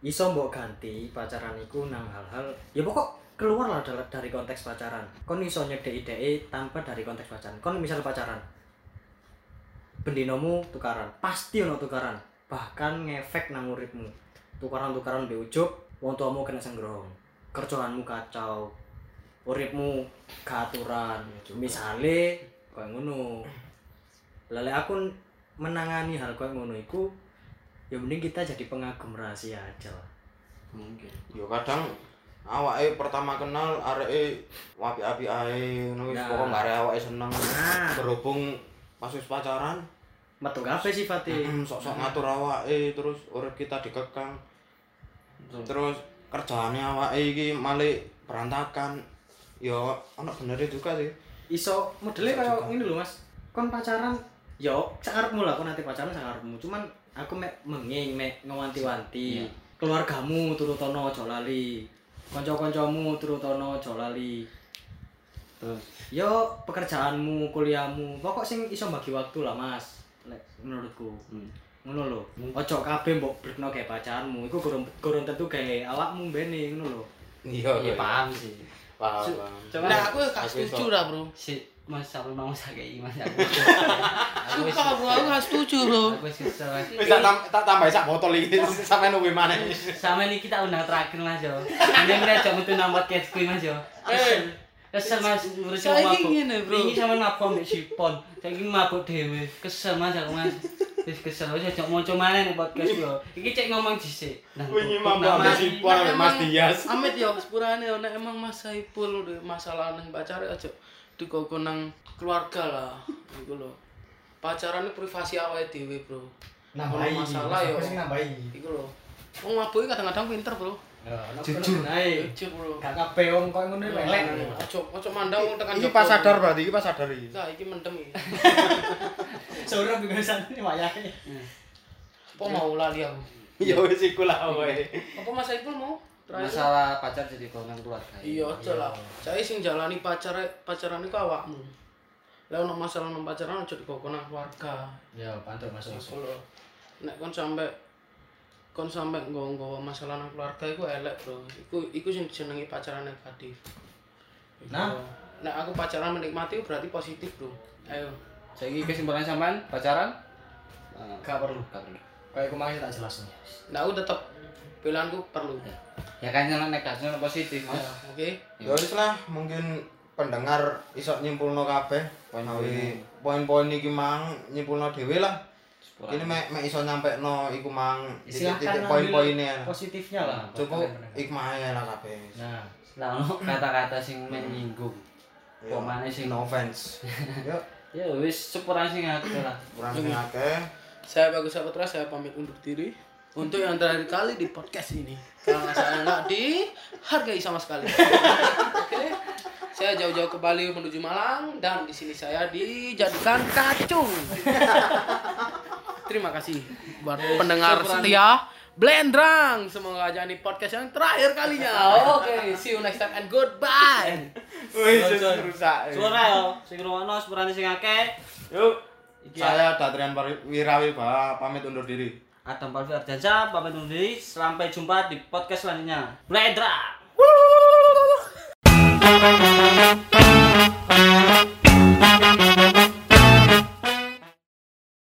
Speaker 5: iso mbok ganti pacaran iku nang hal-hal ya pokok keluar lah dal- dari konteks pacaran. Kon iso nyedeki dhek e tanpa dari konteks pacaran. Kon misal pacaran bendinomu tukaran, pasti ono tukaran. Bahkan ngefek nang uripmu. Tukaran-tukaran be ujug, wong tuamu kena senggrong. Kerjaanmu kacau. Uripmu gaturan. Misale koyo ngono. Lele aku n- menangani hal koyo ngono iku ya mending kita jadi pengagum rahasia aja lah.
Speaker 3: Mungkin.
Speaker 2: ya kadang awake pertama kenal areke wapi-api ae ngono wis
Speaker 5: Nah.
Speaker 2: pokoke arek awake seneng
Speaker 5: Nah.
Speaker 2: berhubung pas wis pacaran
Speaker 5: Metu kabeh sifate.
Speaker 2: mm, (clears throat) sok-sok ngatur awake terus urip kita dikekang terus kerjaannya awake iki malah berantakan ya ana bener juga sih
Speaker 5: Iso modele kaya ngene lho Mas. Kon pacaran yo sangarepmu lah kon nanti pacaran sangarepmu. Cuman aku mek menging mek ngewanti-wanti.
Speaker 3: Iya.
Speaker 5: Keluargamu turutono aja lali. Kanca-kancamu turutono aja lali.
Speaker 3: Terus
Speaker 5: Yo pekerjaanmu, kuliahmu, pokok sing iso bagi waktu lah Mas. Lek menurutku.
Speaker 3: Hmm.
Speaker 5: ngono lho. Ojo kabeh mbok blekno gawe pacarmu, iku kurang kurang tentu gawe awakmu mbene ngono lho.
Speaker 2: iya
Speaker 3: ya paham sih.
Speaker 2: paham
Speaker 3: Su-
Speaker 2: paham.
Speaker 3: Coba
Speaker 4: Nah, aku gak
Speaker 2: Aku iso.
Speaker 4: setuju lah, Bro.
Speaker 3: si Mas Saru mau sakit Mas aku.
Speaker 4: (laughs)
Speaker 3: Aku wis-
Speaker 4: Sumpah, Bro, aku gak setuju, Bro.
Speaker 3: Aku wis kesel.
Speaker 2: wis tak tam- tak tambahi sak botol iki (laughs) sampean uwi maneh
Speaker 3: Sama ini kita undang terakhir Mas yo. Ini kita coba tuh nambah catch kui Mas yo.
Speaker 2: Eh.
Speaker 3: Kesel. Kesel Mas ngurus
Speaker 4: Saiki
Speaker 3: mabuk.
Speaker 4: ngene, Bro.
Speaker 3: Ini sama mabuk mbek sipon. Saiki mabuk dhewe. Kesel Mas aku Mas. Wis kesel wis aja moco maneh ning podcast yo. Iki cek ngomong dhisik. Nah,
Speaker 2: wingi
Speaker 3: tutup,
Speaker 2: mabuk
Speaker 3: nah,
Speaker 2: ambek
Speaker 3: Mas.
Speaker 2: sipon ambek Mas Dias (laughs)
Speaker 4: Amit ya, sepurane ya nek emang Mas Saiful udah masalah nang pacar aja dikoko nang keluarga lah iku lho. Pacaran itu privasi awake dhewe, Bro.
Speaker 2: Nah,
Speaker 4: Nambahi. Masalah yo.
Speaker 5: nambahi.
Speaker 4: Iku lho. Wong mabuk iki kadang-kadang pinter, Bro.
Speaker 5: Jujur ae.
Speaker 4: Lucu, Bro.
Speaker 5: Gak kabeh wong koyo ngono lelek.
Speaker 4: Ojo ojo mandang wong tekan
Speaker 2: iki
Speaker 4: Jokowi.
Speaker 2: pas sadar berarti iki pas sadar iki
Speaker 4: Lah, iki mendem iki.
Speaker 5: Sore biasane wayahe.
Speaker 4: Apa mau lali aku?
Speaker 2: (laughs) ya wis iku lah awake
Speaker 4: Apa Mas Saiful mau? Terakhir.
Speaker 3: Masalah pacar jadi konang keluarga.
Speaker 4: Iya, aja lah. Saya sing jalani pacar pacaran iku awakmu. Lah ono masalah nang pacaran aja dikoko nang keluarga.
Speaker 5: Ya pantes Mas.
Speaker 4: Solo. Nek kon sampe kon sampe nggawa-nggawa masalah nang keluarga iku elek, Bro. Iku iku sing jenenge pacaran negatif. Iku.
Speaker 5: Nah.
Speaker 4: nek aku pacaran menikmati berarti positif bro
Speaker 3: Ayo. Saiki kesimpulan sampean pacaran?
Speaker 5: Gak perlu.
Speaker 3: Gak perlu.
Speaker 5: Kayak kemarin tak jelas nih.
Speaker 4: nah aku tetap pilihanku perlu
Speaker 3: Ya kan jangan negatif positif, Mas.
Speaker 4: Ya, oke
Speaker 2: Ya wis lah, mungkin pendengar iso nyimpulno kabeh. Poin-poin poin-poin iki mang nyimpulno dhewe lah. Ini mek mek iso nyampekno iku mang titik-titik
Speaker 5: Silahkan
Speaker 2: poin-poinnya. Hmm,
Speaker 5: positifnya lah. buat
Speaker 2: Cukup
Speaker 5: kalian pendengar.
Speaker 2: hikmahnya lah kabeh.
Speaker 3: Nah, nah ono kata-kata sing
Speaker 2: Hmm.
Speaker 3: menyinggung.
Speaker 2: Ya.
Speaker 3: Kok maneh sing
Speaker 2: No offense. Yo,
Speaker 3: Ya wis sepura sing akeh lah.
Speaker 2: kurang sing akeh.
Speaker 4: saya bagus Saputra saya pamit undur diri untuk yang terakhir kali di podcast ini karena saya nggak dihargai sama sekali oke saya jauh-jauh ke Bali menuju Malang dan di sini saya dijadikan kacung terima kasih buat pendengar setia Blendrang semoga aja ini podcast yang terakhir kalinya oke see you next time and goodbye
Speaker 2: Wis
Speaker 3: Jon.
Speaker 2: rusak.
Speaker 3: Suara yo, sing rumono sepurane sing akeh.
Speaker 2: Yuk.
Speaker 3: Iki ya.
Speaker 2: Saya Datrian Pari- Wirawi Pak, pamit undur diri.
Speaker 3: Adam Palvi Ardiansyah, pamit undur diri. Sampai jumpa di podcast selanjutnya. Bledra.